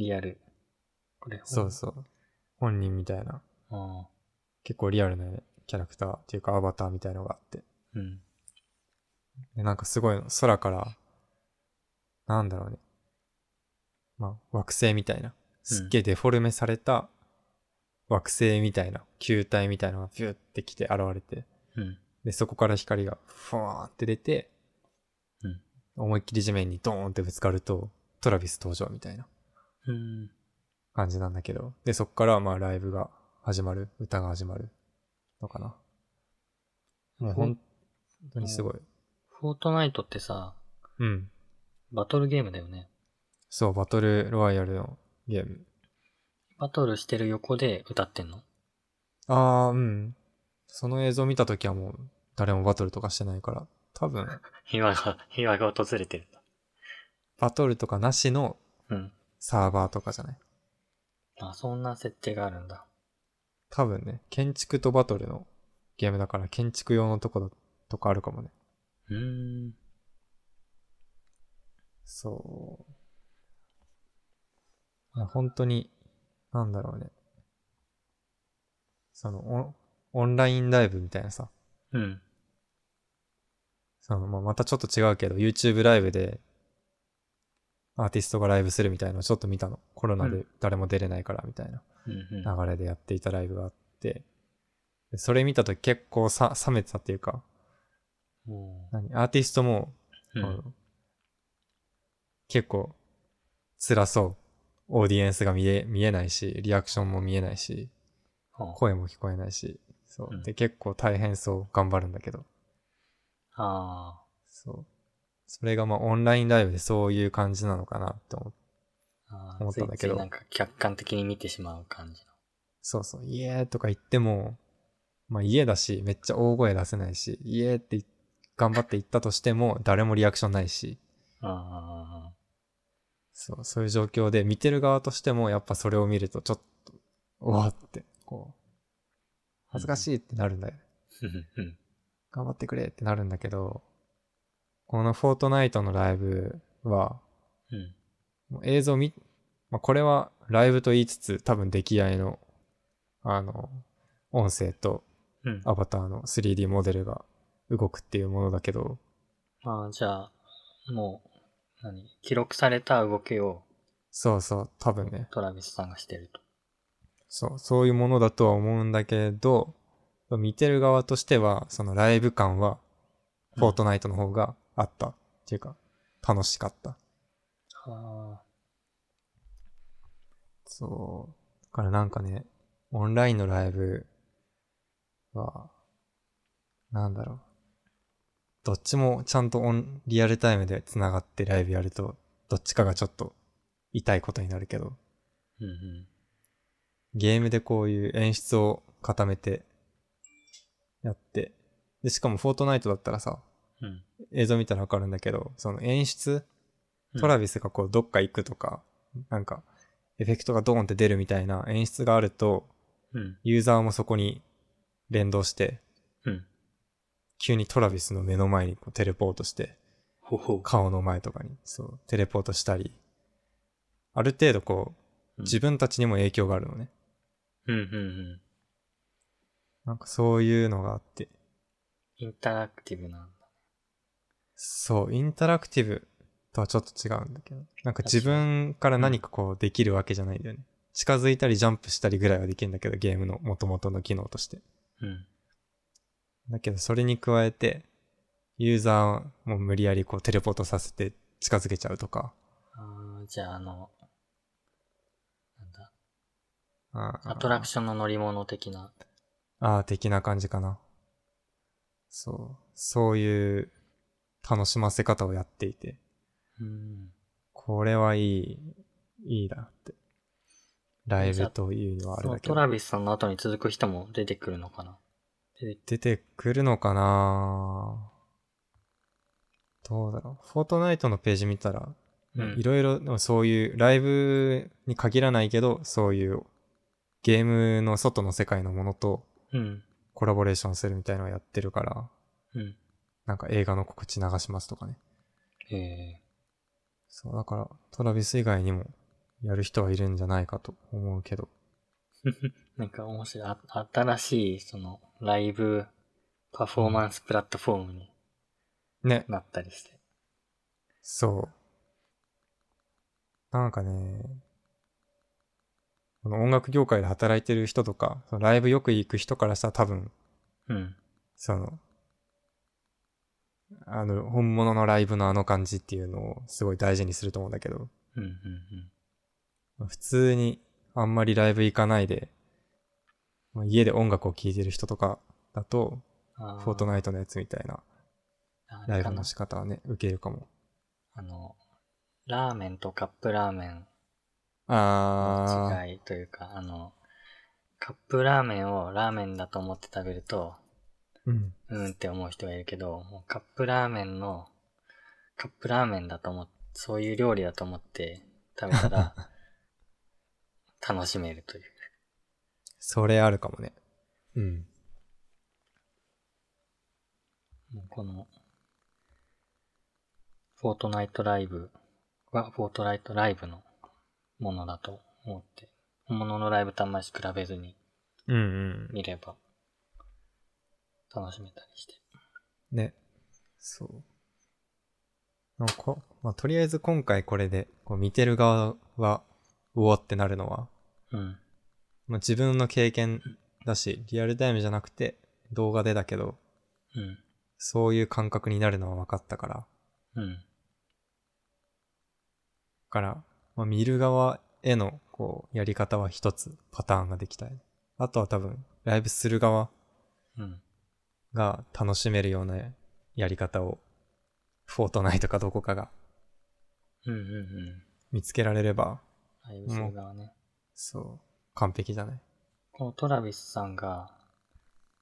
B: リアル。これ、
A: そうそう。本人みたいな、
B: う。あ
A: 結構リアルなキャラクターっていうかアバターみたいのがあって。
B: ーうん。
A: で、なんかすごいの空から、なんだろうね。まあ、惑星みたいな。すっげえデフォルメされた惑星みたいな、球体みたいなのがピューって来て現れて、
B: うん。
A: で、そこから光がフォーンって出て、
B: うん
A: 思いっきり地面にドーンってぶつかると、トラビス登場みたいな
B: うん。
A: 感じなんだけど、で、そこからまあライブが始まる、歌が始まるのかな。もう本当にすごい。
B: フォートナイトってさ、
A: うん。
B: バトルゲームだよね。
A: そう、バトルロワイヤルのゲーム。
B: バトルしてる横で歌ってんの
A: ああ、うん。その映像見たときはもう誰もバトルとかしてないから、多分、
B: 平和が、 平和が訪れてる。
A: バトルとかなしの
B: うん。
A: サーバーとかじゃない。
B: あ、そんな設定があるんだ。
A: 多分ね、建築とバトルのゲームだから建築用のとこだとかあるかもね。
B: うーん。
A: そう。いや本当に、なんだろうね。そのオン、オンラインライブみたいなさ、
B: うん。
A: その、まあ、またちょっと違うけど、YouTube ライブで、アーティストがライブするみたいなのをちょっと見たの。コロナ
B: う
A: で
B: ん
A: 誰も出れないからみたいな
B: うん。うん。
A: 流れでやっていたライブがあって、でそれ見たとき結構さ冷めてたっていうか、
B: も
A: 何アーティストも、
B: う、う
A: あ
B: ん
A: の。結構辛そう。オーディエンスが見え見えないし、リアクションも見えないし、
B: あ
A: 声も聞こえないし、そうう。
B: ん
A: で、結構大変そう。頑張るんだけど。
B: あ
A: そう。それがまあオンラインライブでそういう感じなのかなって思って。
B: ーあー。
A: 思ったんだけど
B: ついついなんか客観的に見てしまう感じ
A: そうそう、イエーとか言っても、まあ家だし、めっちゃ大声出せないし、イエーって頑張って言ったとしても、誰もリアクションないし、
B: の。あ
A: そう、そういう状況で見てる側としてもやっぱそれを見るとちょっと、うわって、こう、恥ずかしいってなるんだよね。
B: うん。
A: 頑張ってくれってなるんだけど、このフォートナイトのライブは、
B: うん。
A: もう映像見、まあ、これはライブと言いつつ多分出来合いの、あの、音声と
B: うん。
A: アバターの 3D モデルが動くっていうものだけど、
B: ああ、じゃあ、もう、何記録された動きを
A: そうそう、多分ね、
B: トラビスさんがしてると。
A: そう、そういうものだとは思うんだけど、見てる側としては、そのライブ感は、フォートナイトの方があった。っていうか、楽しかった。
B: は
A: そう。だからなんかね、オンラインのライブは、なんだろう。どっちもちゃんとオン、リアルタイムで繋がってライブやると、どっちかがちょっと痛いことになるけど、
B: あ。うんうん。
A: ゲームでこういう演出を固めてやって、で、しかもフォートナイトだったらさ、
B: うん。
A: 映像見たらわかるんだけど、その演出、
B: うん
A: トラビスがこうどっか行くとか、なんか、エフェクトがドーンって出るみたいな演出があると、
B: うん。
A: ユーザーもそこに連動して、
B: うん。
A: 急にトラビスの目の前にこうテレポートして、
B: ほほ。
A: 顔の前とかに、そう、テレポートしたり、ある程度こう、自分たちにも影響があるのね。
B: うんうんうん。
A: なんかそういうのがあって、
B: インタラクティブなんだ。
A: そう、インタラクティブとはちょっと違うんだけど、なんか
B: 確かに
A: 自分から何かこうできるわけじゃないんだよね。近づいたりジャンプしたりぐらいはできるんだけど、ゲームの元々の機能として。
B: うん。
A: だけど、それに加えて、ユーザーも無理やりこうテレポートさせて近づけちゃうとか、
B: ああ、じゃあ、あの、なんだ。
A: あー
B: アトラクションの乗り物的な。
A: ああ、的な感じかな。そう。そういう楽しませ方をやっていて、
B: うん。
A: これはいい、いいなって。ライブというのはあ
B: そ
A: れ
B: の
A: だけ
B: ト
A: ど。
B: ラビスさんの後に続く人も出てくるのかな出て
A: 出てくるのかなどうだろう。フォートナイトのページ見たら、
B: うん
A: いろいろでもそういうライブに限らないけど、そういうゲームの外の世界のものと
B: うん。
A: コラボレーションするみたいなのをやってるから、
B: うん。
A: なんか映画の告知流しますとかね。
B: ええ
A: そう、だからトラビス以外にもやる人はいるんじゃないかと思うけど。
B: なんか面白い。あ新しい、その、ライブパフォーマンスプラットフォームに
A: ね。
B: なったりして。
A: そう。なんかね、この音楽業界で働いてる人とか、そのライブよく行く人からしたら多分、
B: うん。
A: その、あの、本物のライブのあの感じっていうのをすごい大事にすると思うんだけど、
B: うん、うん、
A: 普通にあんまりライブ行かないで、まあ、家で音楽を聴いてる人とかだと、
B: うん。あー
A: フォートナイトのやつみたいな
B: あ
A: ラ
B: れ
A: イ
B: か
A: ブ
B: な
A: の仕方はね、受けるかも。
B: あの、ラーメンとカップラーメン
A: あー、
B: の違いというか、あの、カップラーメンをラーメンだと思って食べると、
A: うん。
B: うーんって思う人がいるけど、もうカップラーメンの、カップラーメンだと思って、そういう料理だと思って食べ たら、楽しめるという。
A: それあるかもね。うん。
B: もうこの、フォートナイトライブは、フォートナイトライブのものだと思って、本物のライブとあんまり比べずに
A: うんうん。
B: 見れば、楽しめたりして。
A: ね。そう。なんかこ、まあ、とりあえず今回これで、こう見てる側は、うおってなるのは、
B: うん。
A: まあ、自分の経験だし、リアルタイムじゃなくて、動画でだけど、
B: うん。
A: そういう感覚になるのは分かったから。だ
B: うん。
A: から、まあ、見る側への、こう、やり方は一つパターンができたよね。あとは多分、ライブする側
B: うん。
A: が楽しめるようなやり方を、フォートナイトかどこかが
B: うん。うん。うん。
A: 見つけられれば、
B: ライブする側ね。
A: そう、完璧じゃない
B: このトラビスさんが、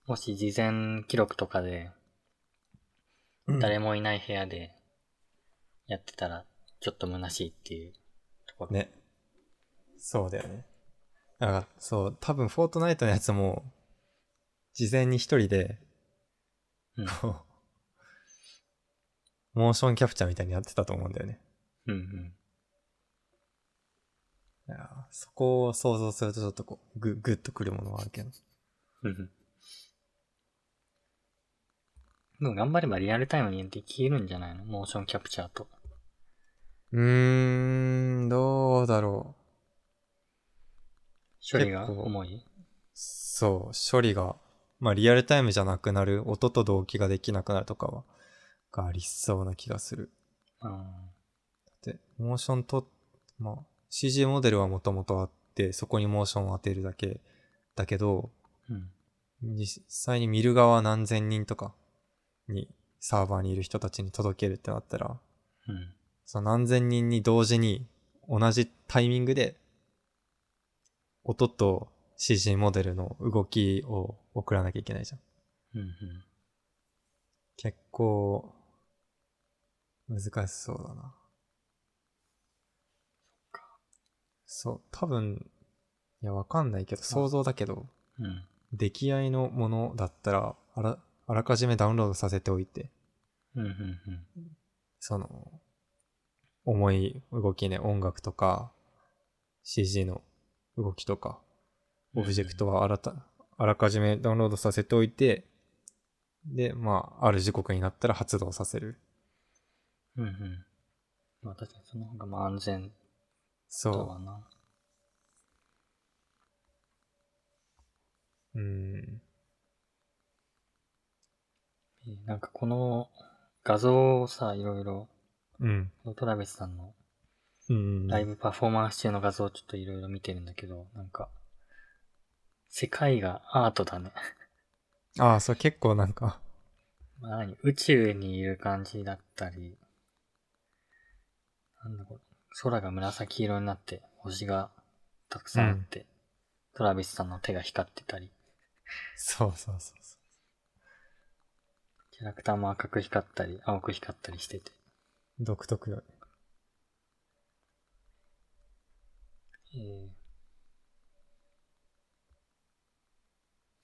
B: もし事前記録とかで、誰もいない部屋でやってたら、ちょっと虚しいっていうところ。
A: ね。そうだよね。だから、そう、多分、フォートナイトのやつも、事前に一人で、
B: うん
A: こう、モーションキャプチャーみたいにやってたと思うんだよね。
B: うんうん。
A: いやーそこを想像するとちょっとこう、ぐ、ぐっとくるものはあるけど。
B: うんうんでも頑張ればリアルタイムにできるんじゃないのモーションキャプチャーと。
A: うーん、どうだろう。
B: 処理が
A: 結構
B: 重い
A: そう、処理が、まあリアルタイムじゃなくなる、音と同期ができなくなるとかは、がありそうな気がする。
B: うん。
A: で、モーションと、まあ、CG モデルはもともとあって、そこにモーションを当てるだけだけど、
B: うん。
A: 実際に見る側何千人とかに、サーバーにいる人たちに届けるってなったら、
B: うん。
A: その何千人に同時に同じタイミングで音と CG モデルの動きを送らなきゃいけないじゃん。
B: うん。うん。
A: 結構難しそうだな。そう、多分、いや、わかんないけど、想像だけど、
B: うん。
A: 出来合いのものだったら、あら、あらかじめダウンロードさせておいて、
B: うん。うん。うん
A: その、重い動きね、音楽とか、CG の動きとか、オブジェクトはあらた、あらかじめダウンロードさせておいて、で、まあ、ある時刻になったら発動させる。
B: うんうん。まあ確かにその方がまあ安全だ
A: そ
B: わな。
A: う。うん。
B: えーなんかこの画像をさ、いろいろ、
A: うん。
B: トラベスさんの
A: うん。
B: ライブパフォーマンス中の画像をちょっといろいろ見てるんだけど、なんか、世界がアートだね。
A: ああ、そう、結構なんか、
B: まあ何宇宙にいる感じだったり、なんだこれ、空が紫色になって、星がたくさんあって、トラビスさんの手が光ってたり、
A: そうそうそうそ
B: キャラクターも赤く光ったり、青く光ったりしてて、
A: う。独特よ。
B: えー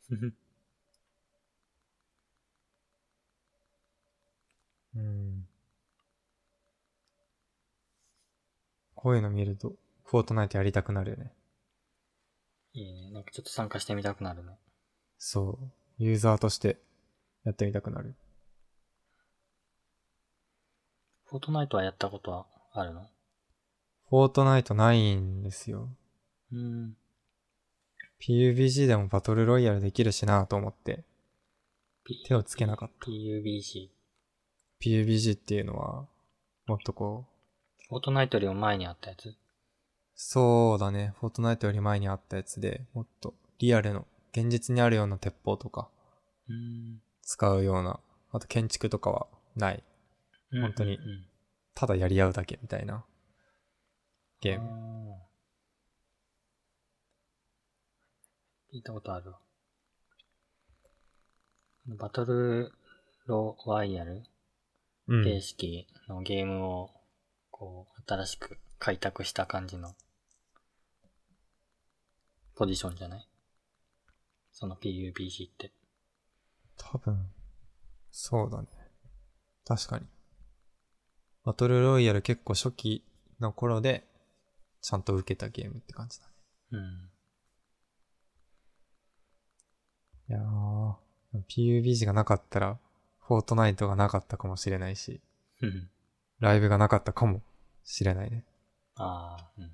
B: ふふ
A: うん。こういうの見ると、フォートナイトやりたくなるよね。
B: いいね。なんかちょっと参加してみたくなるね。
A: そう。ユーザーとしてやってみたくなる。
B: フォートナイトはやったことはあるの
A: フォートナイトないんですよ。
B: うん。
A: PUBG でもバトルロイヤルできるしなと思って、
B: P-
A: 手をつけなかっ
B: PUBC。
A: た。PUBG っていうのは、もっとこう、
B: フォートナイトよりも前にあったやつ。
A: そうだね、フォートナイトより前にあったやつで、もっとリアルの、現実にあるような鉄砲とか、
B: うん。
A: 使うような、あと建築とかはない。本当に
B: うん
A: ただやり合うだけみたいな、ゲーム。
B: ム。あー聞いたことあるわ。バトルロワイヤル
A: うん。
B: 形式のゲームを、こう、新しく開拓した感じの、ポジションじゃないその PUBC って。
A: 多分、そうだね。確かに。バトルロイヤル結構初期の頃で、ちゃんと受けたゲームって感じだね。い
B: うん。
A: やー、PUBG がなかったら、フォートナイトがなかったかもしれないし、
B: うん。
A: ライブがなかったかもしれないね。
B: ああ、うんうん。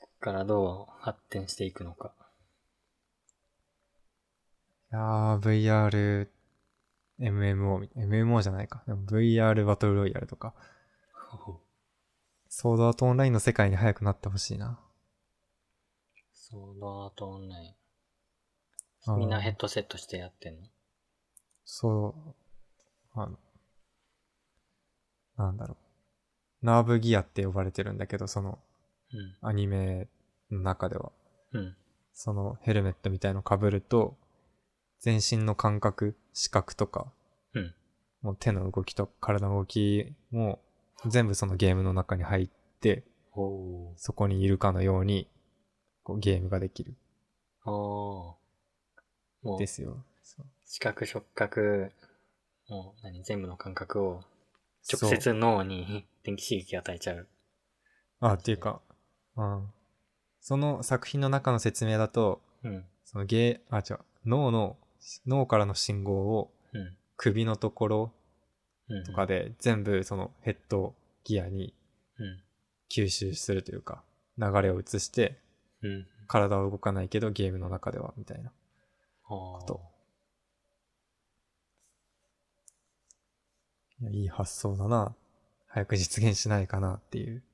B: こっからどう発展していくのか。
A: いやー、VR、MMO み、MMO じゃないか。でも VR バトルロイヤルとか、ソードアートオンラインの世界に早くなってほしいな。
B: ソードアートオンライ
A: あー
B: ン。みんなヘッドセットしてやってんの
A: そう、あの、なんだろう。ナーブギアって呼ばれてるんだけど、そのアニメの中では。
B: うん。うん。
A: そのヘルメットみたいの被ると、全身の感覚、視覚とか、
B: うん
A: もう手の動きと体の動きも全部そのゲームの中に入って、
B: お
A: そこにいるかのように、こうゲームができる。
B: お。おーもう
A: で、すよ。そう
B: 視覚、触覚、もう何、全部の感覚を直。接脳に 電気刺激与えちゃう。
A: あ、っていうか、うん。その作品の中の説明だと、
B: うん。
A: そのゲー、あ、違う、脳の、脳からの信号を
B: うん。
A: 首のところ
B: うん。
A: とかで全部そのヘッドギアに
B: うん。
A: 吸収するというか、流れを移して、
B: うん。
A: 体は動かないけどゲームの中では、みたいな。
B: ああ。
A: といやいい発想だな。早く実現しないかなっていう。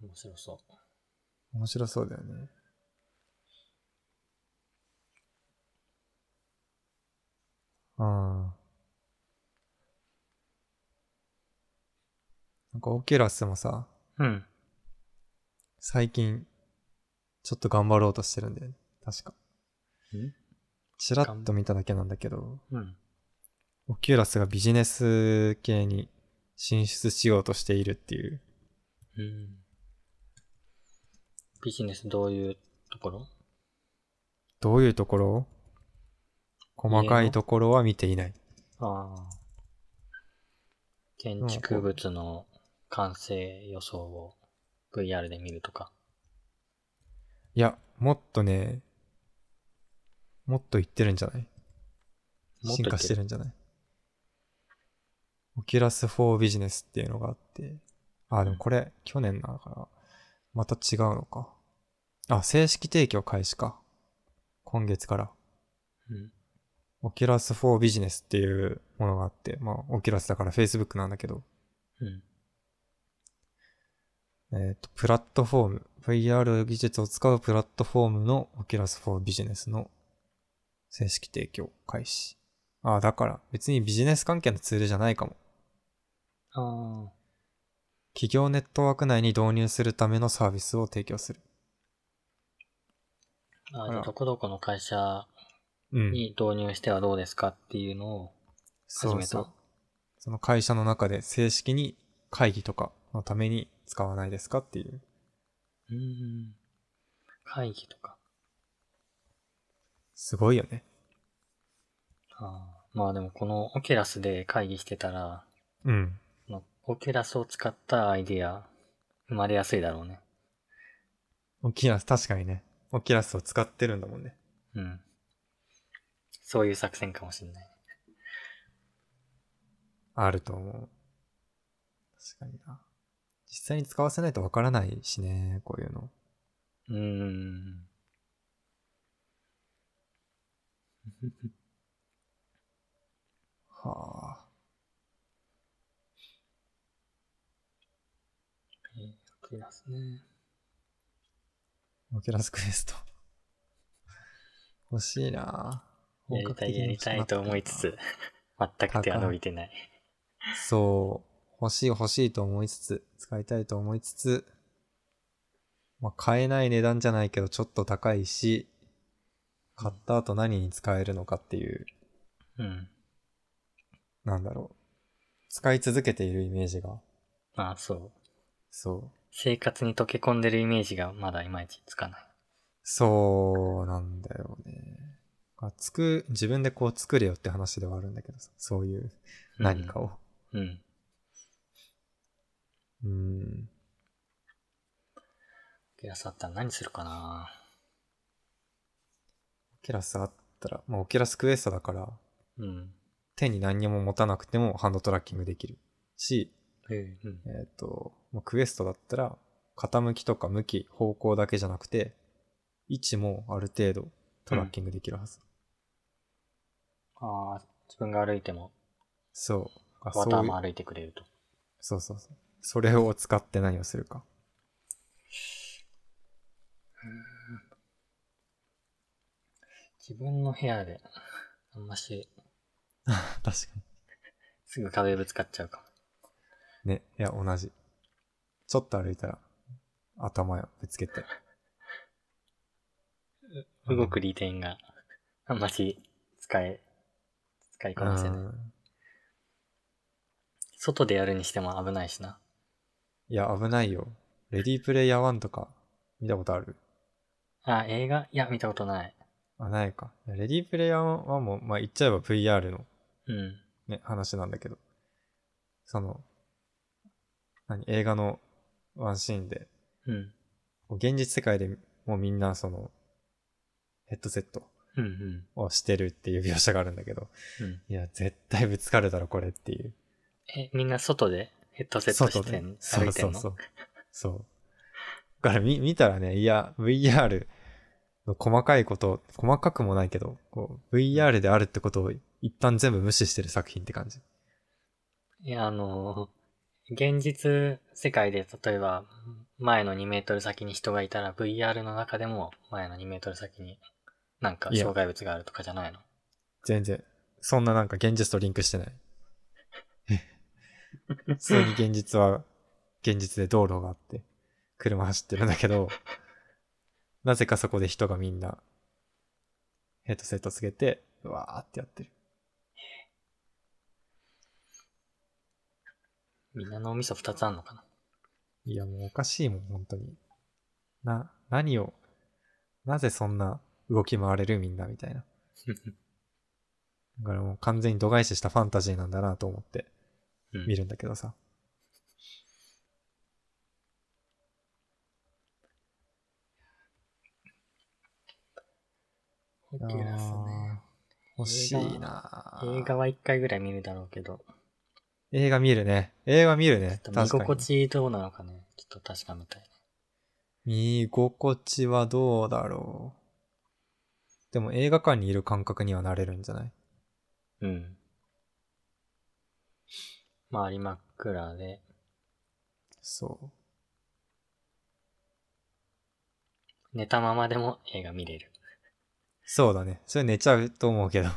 B: 面白そう。
A: 面白そうだよね。ああ。なんかオキュラスもさ、
B: うん。
A: 最近、ちょっと頑張ろうとしてるんだよね。確か。
B: ん
A: ちらっと見ただけなんだけど、
B: うん。
A: オキュラスがビジネス系に進出しようとしているっていう。
B: うん。ビジネスどういうところ
A: どういうところ細かいところは見ていない。
B: ああ。建築物の完成予想を VR で見るとか。
A: いや、もっとね、もっといってるんじゃない
B: もっと
A: 進
B: 言
A: 化
B: っ
A: してるんじゃないオキュラス4ビジネスっていうのがあって、あ、でもこれ、去年なのから、また違うのか。あ、正式提供開始か。今月から。
B: うん。
A: オキュラス4ビジネスっていうものがあって、まあ、オキュラスだから Facebook なんだけど、
B: うん。
A: えっ、と、プラットフォーム、VR 技術を使うプラットフォームの Oculus 4ビジネスの正式提供開始。ああ、だから別にビジネス関係のツールじゃないかも。
B: ああ。
A: 企業ネットワーク内に導入するためのサービスを提供する。
B: ああ
A: あ
B: じゃ
A: ら
B: あ、どこどこの会社
A: うん。
B: に導入してはどうですかっていうのを、
A: そうそ
B: 始め
A: う
B: た。
A: その会社の中で正式に会議とかのために使わないですかっていう。
B: うん。会議とか。
A: すごいよね。
B: ああまあでもこのオキュラスで会議してたら、
A: うん。
B: このオキュラスを使ったアイディア、生まれやすいだろうね。
A: Oculus、確かにね。Oculus を使ってるんだもんね。
B: うん。そういう作戦かもしれない。
A: あると思う。確かにな。実際に使わせないとわからないしね、こういうの。
B: うーん。
A: はあ。
B: オキュラスね。
A: オキュラスクエスト。欲しいな。
B: やりたい、やりたいと思いつつ、全く手は伸びてない。
A: そう。欲しい欲しいと思いつつ、使いたいと思いつつ、まあ、買えない値段じゃないけど、ちょっと高いし、買った後何に使えるのかっていう、
B: うん。
A: なんだろう。使い続けているイメージが、
B: まあそう。
A: そう。
B: 生活に溶け込んでるイメージがまだいまいちつかない。
A: そうなんだよね。あつく、自分でこう作れよって話ではあるんだけどさ、そういう何かを。
B: うん。うん。
A: うん。
B: オキュラスあったら何するかな
A: オキュラスあったら、まあ、オキュラスクエストだから、
B: うん。
A: 手に何にも持たなくてもハンドトラッキングできるし、
B: うん。うん
A: えっ、と、まあ、クエストだったら、傾きとか向き、方向だけじゃなくて、位置もある程度トラッキングできるはず。
B: ああ、自分が歩いても、
A: そう。あ
B: ワタ
A: そうい
B: も
A: う
B: 歩いてくれると。
A: そうそうそう。それを使って何をするか。
B: 自分の部屋で、あんまし、
A: 確かに。
B: すぐ壁ぶつかっちゃうかも。
A: ね、いや、同じ。ちょっと歩いたら、頭やぶつけて。うん
B: 動く利点があんまし使え、使いこなせない。
A: うん
B: 外でやるにしても危ないしな。
A: いや、危ないよ。レディープレイヤー1とか見たことある
B: あ、映画いや、見たことない。
A: あ、ないか。いやレディープレイヤー1も、まあ、言っちゃえば VR の
B: うん。
A: ね、話なんだけど、その、何、映画のワンシーンで、
B: うん。
A: こう現実世界でもうみんなその、ヘッドセット
B: うんうん。
A: をしてるっていう描写があるんだけど、
B: うん。
A: いや、絶対ぶつかるだろ、これっていう。
B: え、みんな外でヘッドセットし
A: 外
B: て
A: で
B: ん
A: そ
B: 歩いうて
A: そ
B: ん
A: う
B: の
A: そう。そう。だから見見たらね、いや、VR の細かいこと、細かくもないけど、こう、VR であるってことを一旦全部無視してる作品って感じ。
B: いや、あのー、現実世界で例えば前の2メートル先に人がいたら VR の中でも前の2メートル先になんか
A: いや
B: 障害物があるとかじゃないの
A: 全然。そんななんか現実とリンクしてない。普通に現実は、現実で道路があって、車走ってるんだけど、なぜかそこで人がみんな、ヘッドセットつけて、うわーってやってる。
B: みんな脳みそ2つあんの かない
A: や、もうおかしいもん、本当に。な、何を、なぜそんな動き回れるみんな、みたいな。だからもう完全に度外視したファンタジーなんだなと思って
B: うん
A: 見るんだけどさ。
B: オキュラスね
A: あー欲しいなぁ
B: 映画は1回ぐらい見るだろうけど
A: 映画見るね。映画見るね。
B: ちょっ
A: 確か
B: と見
A: に。
B: 心地どうなのかねちょっと確かめたい
A: 見心地はどうだろう。でも映画館にいる感覚にはなれるんじゃない
B: うんまあ有馬倉で
A: そう。
B: 寝たままでも映画見れる
A: そうだね。それ寝ちゃうと思うけど。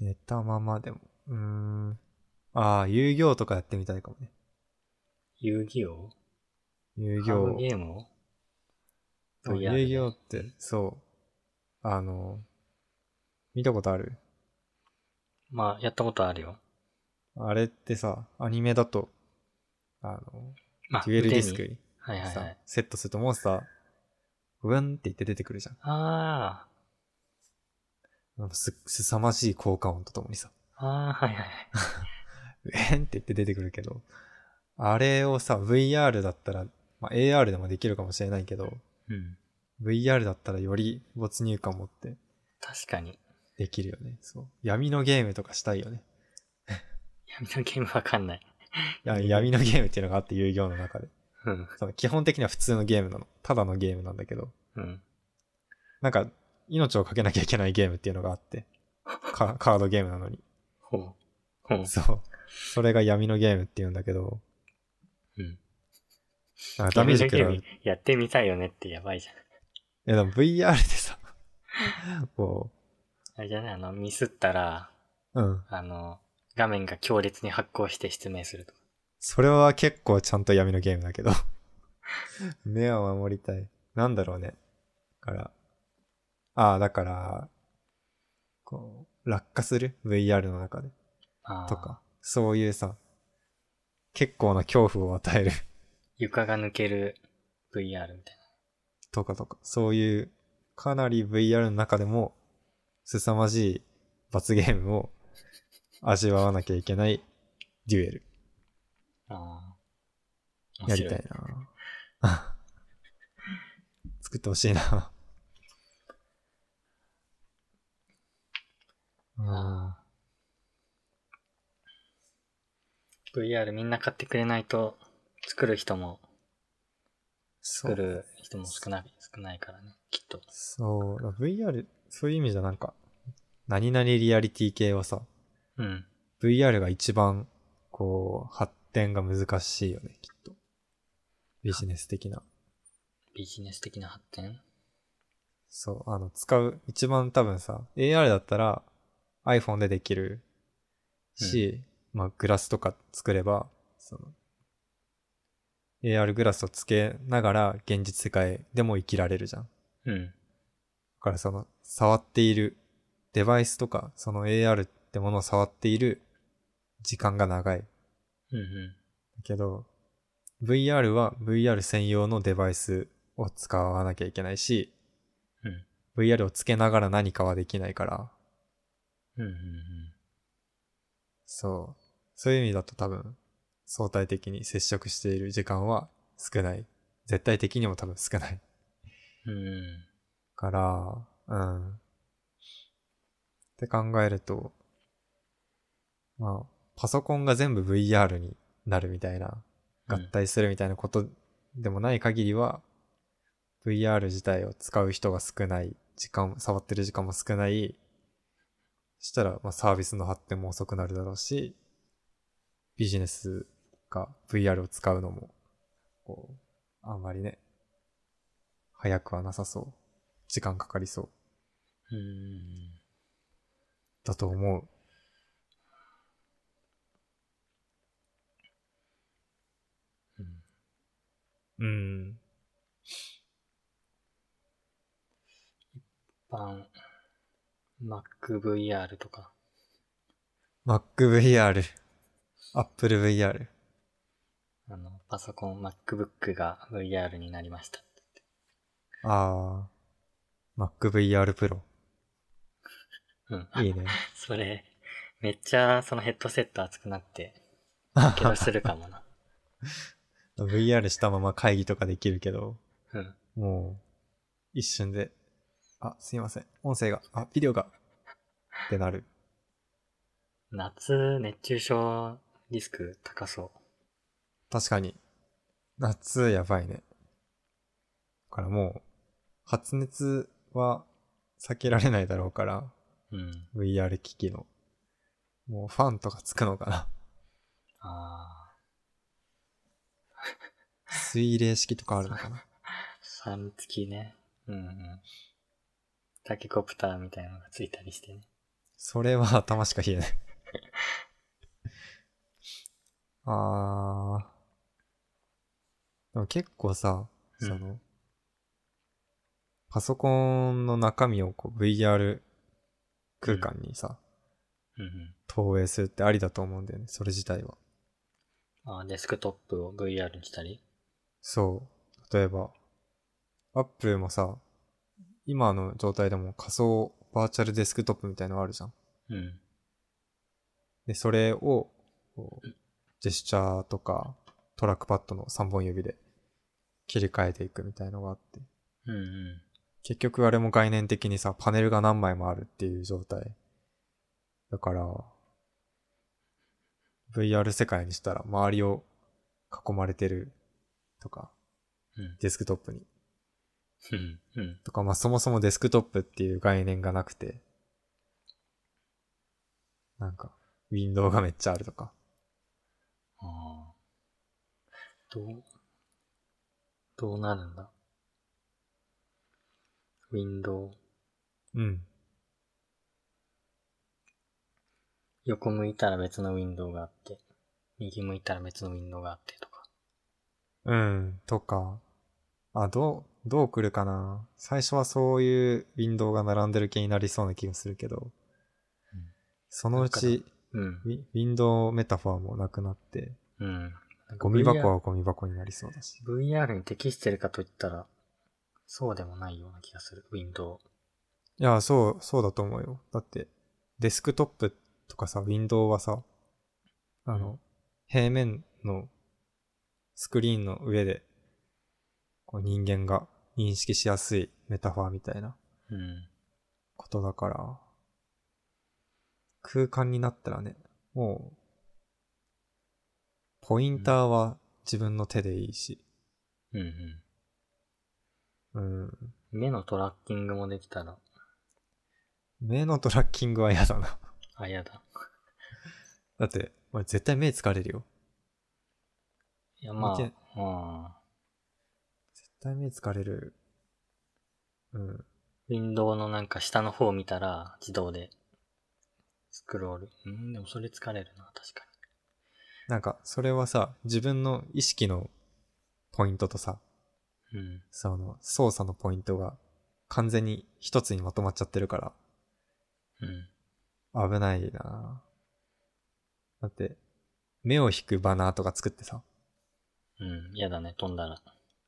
A: 寝たままでも。うーん。ああ、遊戯王とかやってみたいかもね。
B: 遊戯王
A: 遊戯
B: ハー
A: 王
B: ム。ゲームを
A: そう
B: VR
A: 遊戯王って、そう。あの、見たことある
B: まあやったことあるよ
A: あれってさ、アニメだと、あの、
B: まあ、
A: デュエルディス
B: 腕
A: ク
B: に
A: に
B: はいはい
A: さ、
B: はい。
A: セットするとモンスター、ブンって言って出てくるじゃん。
B: あ
A: なんかす、すさまじい効果音とともにさ、
B: あ、ああ、はいはいはい。
A: ウェンって言って出てくるけど、あれをさ、VR だったら、まあ、AR でもできるかもしれないけど、
B: うん。
A: VR だったらより没入感持って
B: 確かに。
A: できるよね。そう。闇のゲームとかしたいよね。
B: 闇のゲームわかんない。
A: いや闇のゲームっていうのがあって、遊戯王の中で。
B: うん。
A: その基本的には普通のゲームなの。ただのゲームなんだけど、
B: うん。
A: なんか、命をかけなきゃいけないゲームっていうのがあって、かカードゲームなのに。
B: ほう。ほう。
A: そう。それが闇のゲームっていうんだけど、
B: うん。
A: なんかダメージ食
B: 闇
A: ら
B: の
A: う
B: ゲームやってみたいよねってやばいじゃん。
A: いやでも VR でさ、 こ
B: あれじゃないあの、ミスったら、
A: う、うん。
B: あの、画面が強烈に発光して失明すると。
A: それは結構ちゃんと闇のゲームだけど。 目は守りたい。なんだろうね。だから、ああ、だから、こう、落下する ?VR の中で。
B: ああ。
A: とか。、そういうさ、結構な恐怖を与える
B: 床が抜ける VR みたい
A: とかとか、そういう、かなり VR の中でも、凄まじい罰ゲームを味わわなきゃいけないデュエル。
B: な。ああ。
A: やりたいな作ってほしいなうん
B: 面白い。VR みんな買ってくれないと、作る人も、
A: そ
B: 作
A: う。
B: る人も少ない、少ないからね、きっと。
A: そう。VR、そういう意味じゃなんか、何々リアリティ系はさ、
B: うん。
A: VR が一番、こう、発展が難しいよね、きっと。ビジネス的な。
B: ビジネス的な発展
A: そう、あの、使う、一番多分さ、AR だったら iPhone でできるし、まあ、グラスとか作れば、その、AR グラスをつけながら現実世界でも生きられるじゃん。だ
B: うん。
A: からその、触っているデバイスとか、その AR ってものを触っている時間が長い。だ
B: うんう
A: けど、VR は VR 専用のデバイスを使わなきゃいけないし、
B: うん、
A: VR をつけながら何かはできないから、
B: ん。うんうん
A: そう。そういう意味だと多分、相対的に接触している時間は少ない。絶対的にも多分少ない。
B: うん。うん。
A: から、うん。って考えると、まあ、パソコンが全部 VR になるみたいな、
B: うん
A: 合体するみたいなことでもない限りは、VR 自体を使う人が少ない、時間、触ってる時間も少ない、そしたら、まあ、サービスの発展も遅くなるだろうし、ビジネスが VR を使うのも、こう、あんまりね、早くはなさそう。時間かかりそう。
B: うんうん。
A: だと思う。
B: うん
A: うん。
B: 版、MacVR とか、
A: MacVR、AppleVR。
B: あの、パソコン、MacBook が VR になりました。
A: あー、MacVR Pro。
B: うん。
A: いいね。
B: それ、めっちゃそのヘッドセット熱くなって、けどするかもな。
A: VR したまま会議とかできるけど、
B: うん。
A: もう、一瞬で、あ、すいません。音声が、あ、ビデオが、ってなる。
B: 夏、熱中症リスク高そ
A: 確かに。夏やばいね。だからもう、発熱は避けられないだろうから、
B: う。うん。
A: VR 機器の。もうファンとかつくのか な。
B: あ
A: 水冷式とかあるのかな。
B: ー、サン付きね。うんうん。タケコプターみたいなのがついたりしてね。
A: それは 頭しか冷えない。あー。でも結構さ、
B: うん
A: その、パソコンの中身をこう VR 空間にさ、
B: うんうん。
A: 投影するってありだと思うんだよね、それ自体は。
B: あーデスクトップを VR にしたり。
A: そう。例えば、アップルもさ、今の状態でも仮想バーチャルデスクトップみたいのあるじゃん。
B: うん。
A: で、それを、こうジェスチャーとか、トラックパッドの3本指で切り替えていくみたいのがあって。
B: うんうん。
A: 結局あれも概念的にさ、パネルが何枚もあるっていう状態。だから、VR 世界にしたら周りを囲まれてるとか、
B: うん。
A: デスクトップに。
B: うん。うん。
A: とか、まあそもそもデスクトップっていう概念がなくて、なんか、ウィンドウがめっちゃあるとか。
B: ああ。どう、どうなるんだウィンドウ、
A: うん。
B: 横向いたら別のウィンドウがあって、右向いたら別のウィンドウがあってとか。
A: うん。とか、あ、どう、どう来るかな。最初はそういうウィンドウが並んでる気になりそうな気がするけど、
B: うん
A: そのうち、
B: うん
A: ウ。ィウィンドウメタファーもなくなって、
B: うん。
A: ゴミ箱はゴミ箱になりそうだし。
B: VR に適してるかといったら、そうでもないような気がする、ウィンド
A: いや、そう、そうだと思うよ。だって、デスクトップとかさ、ウィンドウはさ、あ
B: う
A: の、平面のスクリーンの上で、こう人間が認識しやすいメタファーみたいな
B: ウ。うん。
A: ことだから、空間になったらね、もう、ポインターは自分の手でいいし、
B: うんうん。
A: うん、
B: 目のトラッキングもできたら、
A: 目のトラッキングは嫌だな。
B: あ、やだ。
A: だって、俺絶対目疲れるよ。
B: いや、ま
A: 見て
B: あ、
A: 絶対目疲れる。うん。
B: うん。ウィンドウのなんか下の方を見たら、自動で、スクロール。うん、でもそれ疲れるな、確か
A: なんか、それはさ、自分の意識のポイントとさ、
B: に。うん。
A: その操作のポイントが完全に一つにまとまっちゃってるから、
B: うん。
A: 危ないなだって、目を引くバナーとか作ってさ、
B: うん。嫌だね、飛んだら。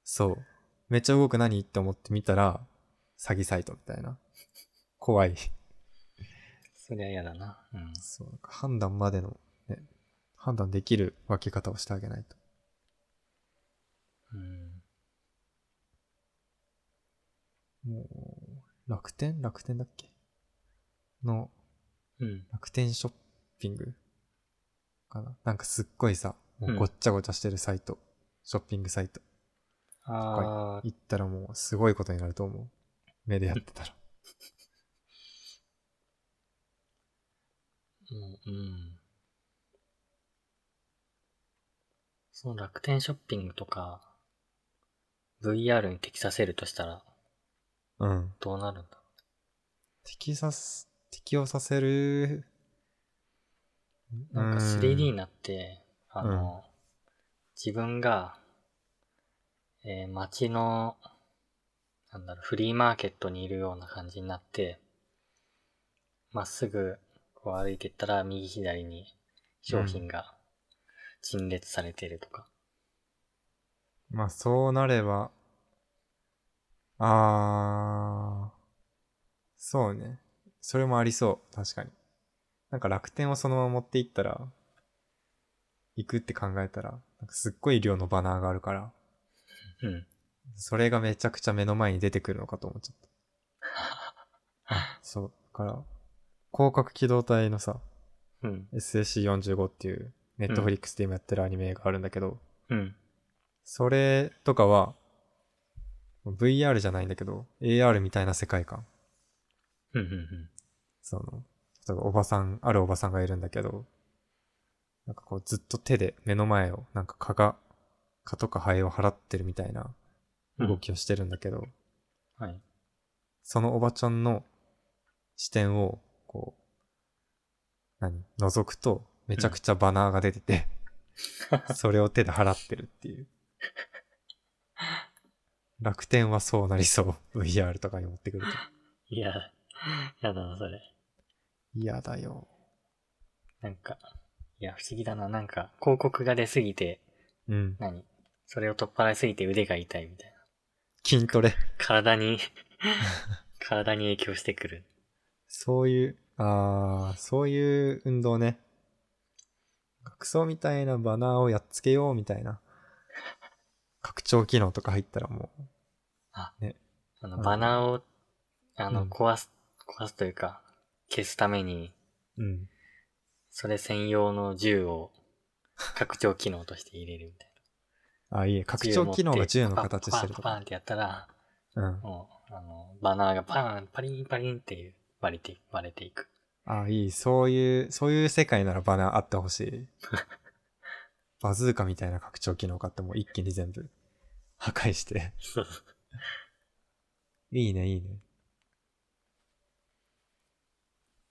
A: そう。めっちゃ動く何って思ってみたら、詐欺サイトみたいな。怖い。
B: そりゃ嫌だな。うん。
A: そう、なんか判断までの、ね、判断できる分け方をしてあげないと。
B: うん。
A: もう、楽天楽天だっけの、
B: うん。
A: 楽天ショッピングかななんかすっごいさ、もううんごっちゃごちゃしてるサイト、ショッピングサイト。
B: ああ、
A: 行ったらもうすごいことになると思う。目でやってたら。
B: もう、うん。その楽天ショッピングとか、VR に適させるとしたら、
A: うん。
B: どうなるんだ
A: 適さす、適用させる、
B: なんか
A: うん
B: 3D になって、あの、自分が、えー街の、なんだろう、フリーマーケットにいるような感じになって、まっすぐこう歩いてったら右左に商品が陳列されてるとか。
A: まあそうなれば、あー、そうね。それもありそう。確かに。なんか楽天をそのまま持っていったら、行くって考えたら、なんかすっごい量のバナーがあるから、
B: うん。
A: それがめちゃくちゃ目の前に出てくるのかと思っちゃ った。あそう。だから、広角機動隊のさ、
B: うん。
A: SAC45 っていう、ネットフリックスで今やってるアニメがあるんだけど、
B: うん。
A: それとかは、VR じゃないんだけど、AR みたいな世界観。
B: うん。うん。
A: その、例えばおばさん、あるおばさんがいるんだけど、なんかこうずっと手で目の前を、なんか蚊が、蚊とかハエを払ってるみたいな
B: うん
A: 動きをしてるんだけど、
B: はい。
A: そのおばちゃんの視点を、こう、何覗くと、めちゃくちゃバナーが出てて、それを手で払ってるっていう。楽天はそうなりそう。VR とかに持ってくると。
B: いや、やだな、それ。
A: 嫌だよ。
B: なんか、いや、不思議だな。なんか、広告が出すぎて、
A: うん。
B: 何それを取っ払いすぎて腕が痛いみたいな。
A: 筋トレ。
B: 体に、体に影響してくる。
A: そういう、あー、そういう運動ね。クソみたいなバナーをやっつけようみたいな。拡張機能とか入ったらもう、
B: あの、
A: うん
B: バナーを、あ
A: う
B: の、
A: ん
B: 壊す、壊すというか、消すために、
A: うん。
B: それ専用の銃を、拡張機能として入れるみたい
A: あ、いいえ。
B: な。
A: 拡張機能が銃の形してる
B: パ
A: と
B: パンパンパン
A: か。
B: ってやったら、
A: うん。
B: もう、あの、バナーがパーン、パリンパリンっていう、割れて、割れていく。
A: あ、いい。そういう、そういう世界ならバナーあってほし い。バズーカみたいな拡張機能買ってもう一気に全部破壊して。
B: そう
A: いいね、いいね。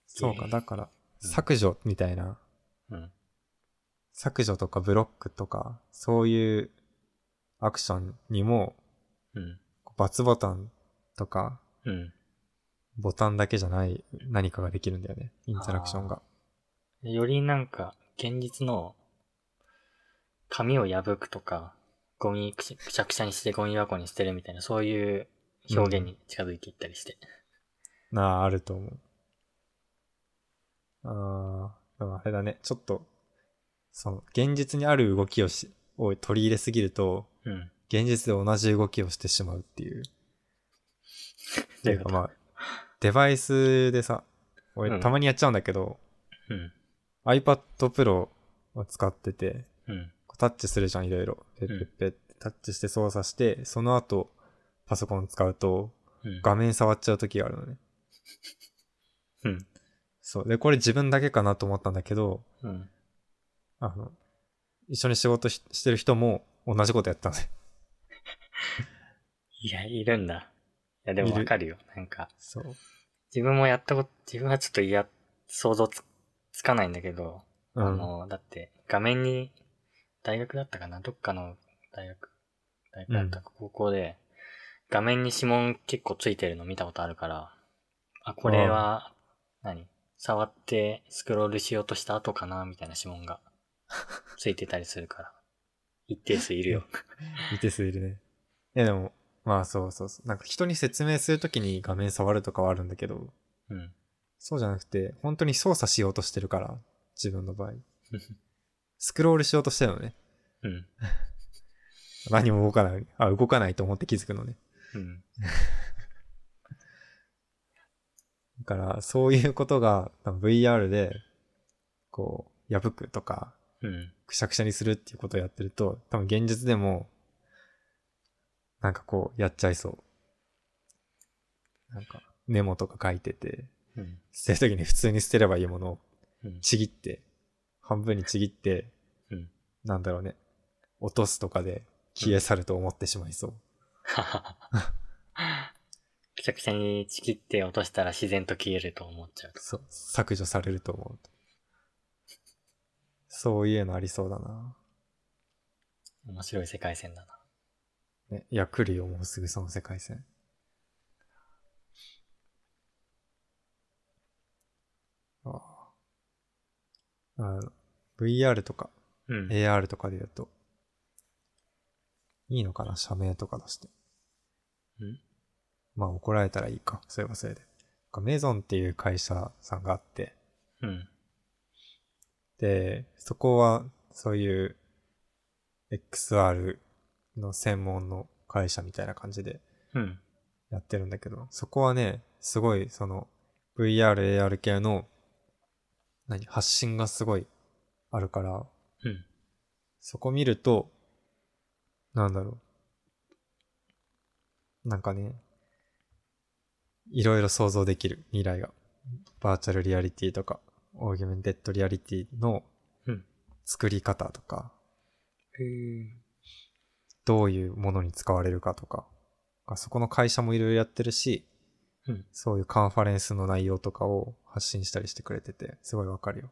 A: そうか、だから、
B: うん
A: 削除みたいな、
B: うん。
A: 削除とかブロックとか、そういうアクションにも、
B: うん。
A: ×ボタンとか、
B: うん。
A: ボタンだけじゃない何かができるんだよね。インタラクションが。
B: よりなんか、現実の、紙を破くとか、ゴミくしくしゃくしゃにしてゴミ箱に捨てるみたいな、そういう表現に近づいていったりして。
A: なあ、あると思う。あー、でもあれだね。ちょっと、その、現実にある動きをし、を取り入れすぎると、
B: うん。
A: 現実で同じ動きをしてしまうっていう。
B: どう
A: て
B: い
A: いううか
B: こと
A: まあ、デバイスでさ、
B: う
A: 俺
B: ん
A: たまにやっちゃうんだけど、
B: うん。
A: iPad Pro を使ってて、
B: うん。
A: こうタッチするじゃん、いろいろ。ペッペッペッってタッチして操作して、その後、パソコン使うと、
B: うん。
A: 画面触っちゃう時があるのね。
B: うん。
A: そう。で、これ自分だけかなと思ったんだけど、
B: うん。
A: あの、一緒に仕事ししてる人も同じことやったのね。
B: いや、いるんだ。いや、でも
A: いる
B: わかるよ。なんか、
A: そう。
B: 自分もやったこと、自分はちょっといや、想像つ、つかないんだけど、
A: う
B: あ
A: ん。
B: の、だって、画面に、大学だったかなどっかの大学、大学だったか高校で、画面に指紋結構ついてるの見たことあるから、あ、これは何触ってスクロールしようとした後かなみたいな指紋がついてたりするから。一定数いるよ。
A: 見てすぎるね。いやでも、まあそうそうそう。なんか人に説明するときに画面触るとかはあるんだけど、
B: うん。
A: そうじゃなくて、本当に操作しようとしてるから、自分の 場合。スクロールしようとしてるのね。
B: うん。
A: 何も動かない。あ、動かないと思って気づくのね。
B: うん。
A: だから、そういうことが多分 VR で、こう、破くとか、
B: うん。
A: くしゃくしゃにするっていうことをやってると、多分現実でも、なんかこう、やっちゃいそう。なんか、メモとか書いてて、
B: うん。
A: 捨てるときに普通に捨てればいいものを
B: うん。
A: ちぎって、半分にちぎって、
B: うん
A: なんだろうね、落とすとかで消え去ると思ってしまいそう。
B: ははははくちゃくちゃにちぎって落としたら自然と消えると思っちゃう。
A: そう削除されると思うと。そういうのありそうだな。
B: 面白い世界線だな。
A: ね、いや、来るよ、もうすぐその世界線。ああ。あの VR とか
B: うん。
A: AR とかで言うと、いいのかな、社名とか出して。
B: うん
A: まあ怒られたらいいか、それはそれで。なんかメゾンっていう会社さんがあって、
B: うん。
A: で、そこはそういう XR の専門の会社みたいな感じで
B: うん。
A: やってるんだけど、そこはね、すごいその VR、AR 系の何、発信がすごいあるから、
B: うん。
A: そこ見ると、なんだろう。なんかね、いろいろ想像できる未来が。バーチャルリアリティとか、オーギュメンテッドリアリティの
B: うん
A: 作り方とか、
B: へー
A: どういうものに使われるかとか、あそこの会社もいろいろやってるし、
B: うん
A: そういうカンファレンスの内容とかを発信したりしてくれてて、すごいわかるよ。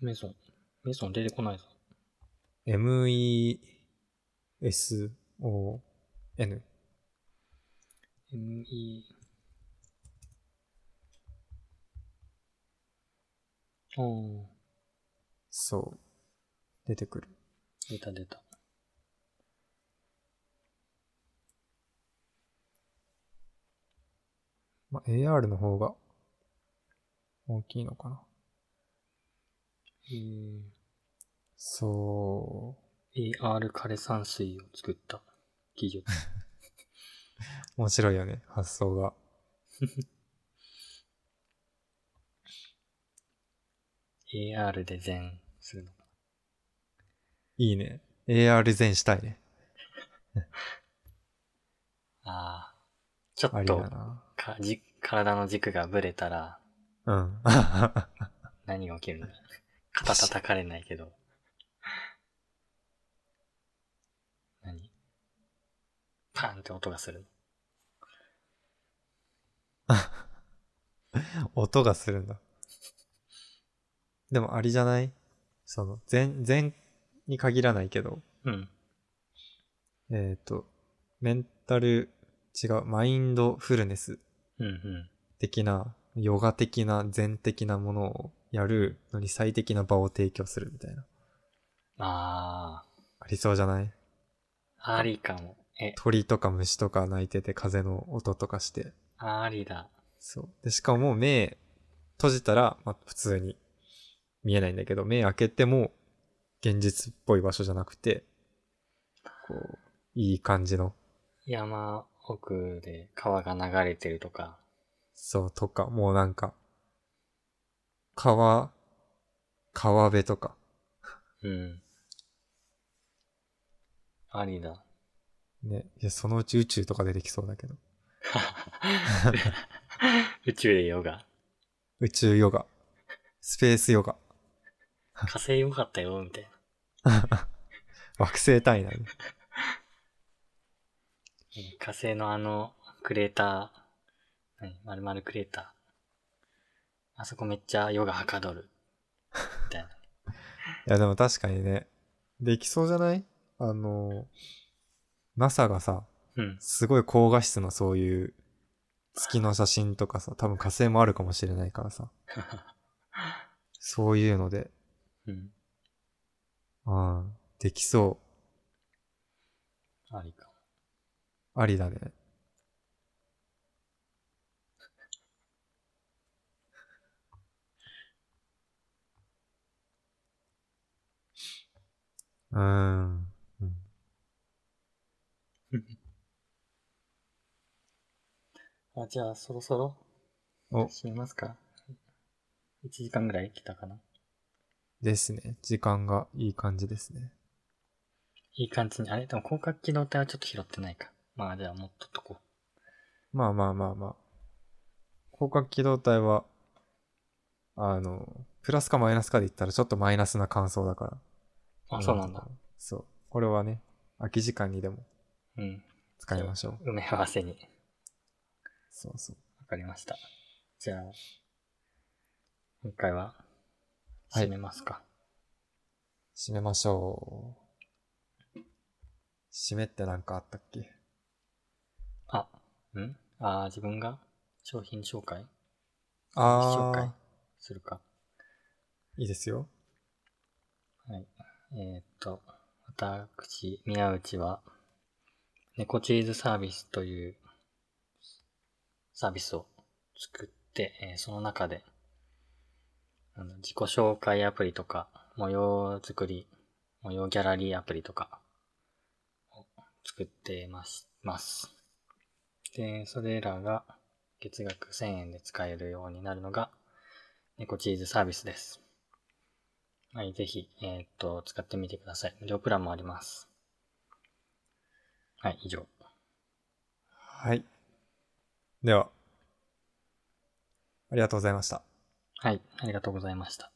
B: メゾン。メゾン出てこないぞ。
A: MESON
B: ME。おー、
A: そう。出てくる。
B: 出た出た。
A: まあ、AR の方が大きいのかな。
B: えー、
A: そ
B: AR 枯山水を作った技術。
A: う。面白いよね、発想が。
B: AR で全するのか。
A: いいね。AR 全したいね。
B: ああ。ちょ
A: あ
B: っ
A: りだ
B: と
A: な。
B: かじ、体の軸がぶれたら
A: うん。
B: 何が起き るんだ肩叩かれないけど。何パンって音がするの。
A: 音がするんだ。でもありじゃないその、全、全に限らないけど、
B: うん。
A: えっ、と、メンタル、違う、マインドフルネス
B: うんうん。
A: 的な、ヨガ的な、禅的なものをやるのに最適な場を提供するみたいな。
B: あ
A: ありそうじゃない
B: あ、ありかも。え、
A: 鳥とか虫とか鳴いてて風の音とかして。
B: ありだ。
A: そう。で、しかも目閉じたら、まあ、普通に見えないんだけど、目開けても現実っぽい場所じゃなくて、こう、いい感じの、
B: 山奥で川が流れてるとか。
A: そう、とか、もうなんか、川、川辺とか、
B: うん。ありだ。
A: ね。いや、そのうち宇宙とか出てきそうだけど。
B: 宇宙でヨガ。
A: 宇宙ヨガ、スペースヨガ、
B: 火星良かったよ、みたいな。
A: 惑星単位だね。
B: 火星のあの、クレーター、何丸々クレーター。あそこめっちゃヨガはかどる。みたいな。
A: いや、でも確かにね、できそうじゃないあの、NASA がさ、
B: うん。
A: すごい高画質のそういう月の写真とかさ、多分火星もあるかもしれないからさ、そういうので、
B: うん。
A: うん、できそ
B: ありかも。
A: う。ありだね。うーん。うん
B: あ、じゃあ、そろそろ、
A: お、
B: 閉めますか ?1 時間ぐらい来たかな
A: ですね。時間がいい感じですね。
B: いい感じに。あれでも広角機動隊はちょっと拾ってないか。まあ、じゃあ、持っとっとこ
A: まあまあまあまあ。広角機動隊は、あの、プラスかマイナスかで言ったらちょっとマイナスな感想だから。
B: う。あ、そうなんだ。。
A: そう。これはね、空き時間にでも
B: うん。
A: 使いましょう。
B: 埋め合わせに。
A: そうそう。
B: わかりました。じゃあ、今回は、
A: はい
B: 閉めますか。
A: 締めましょう。締めってなんかあったっけ
B: あ、んあー、自分が商品紹介紹介
A: あ
B: するか。
A: ー、いいですよ。
B: はい。えーっと、私、宮内は、猫チーズサービスというサービスを作って、えーその中で、あの自己紹介アプリとか、模様作り、模様ギャラリーアプリとかを作ってます。ますで、それらが月額1000円で使えるようになるのが、猫チーズサービスです。はい、ぜひ、えーっと、使ってみてください。無料プランもあります。はい、以上。
A: はい。では、ありがとうございました。
B: はい、ありがとうございました。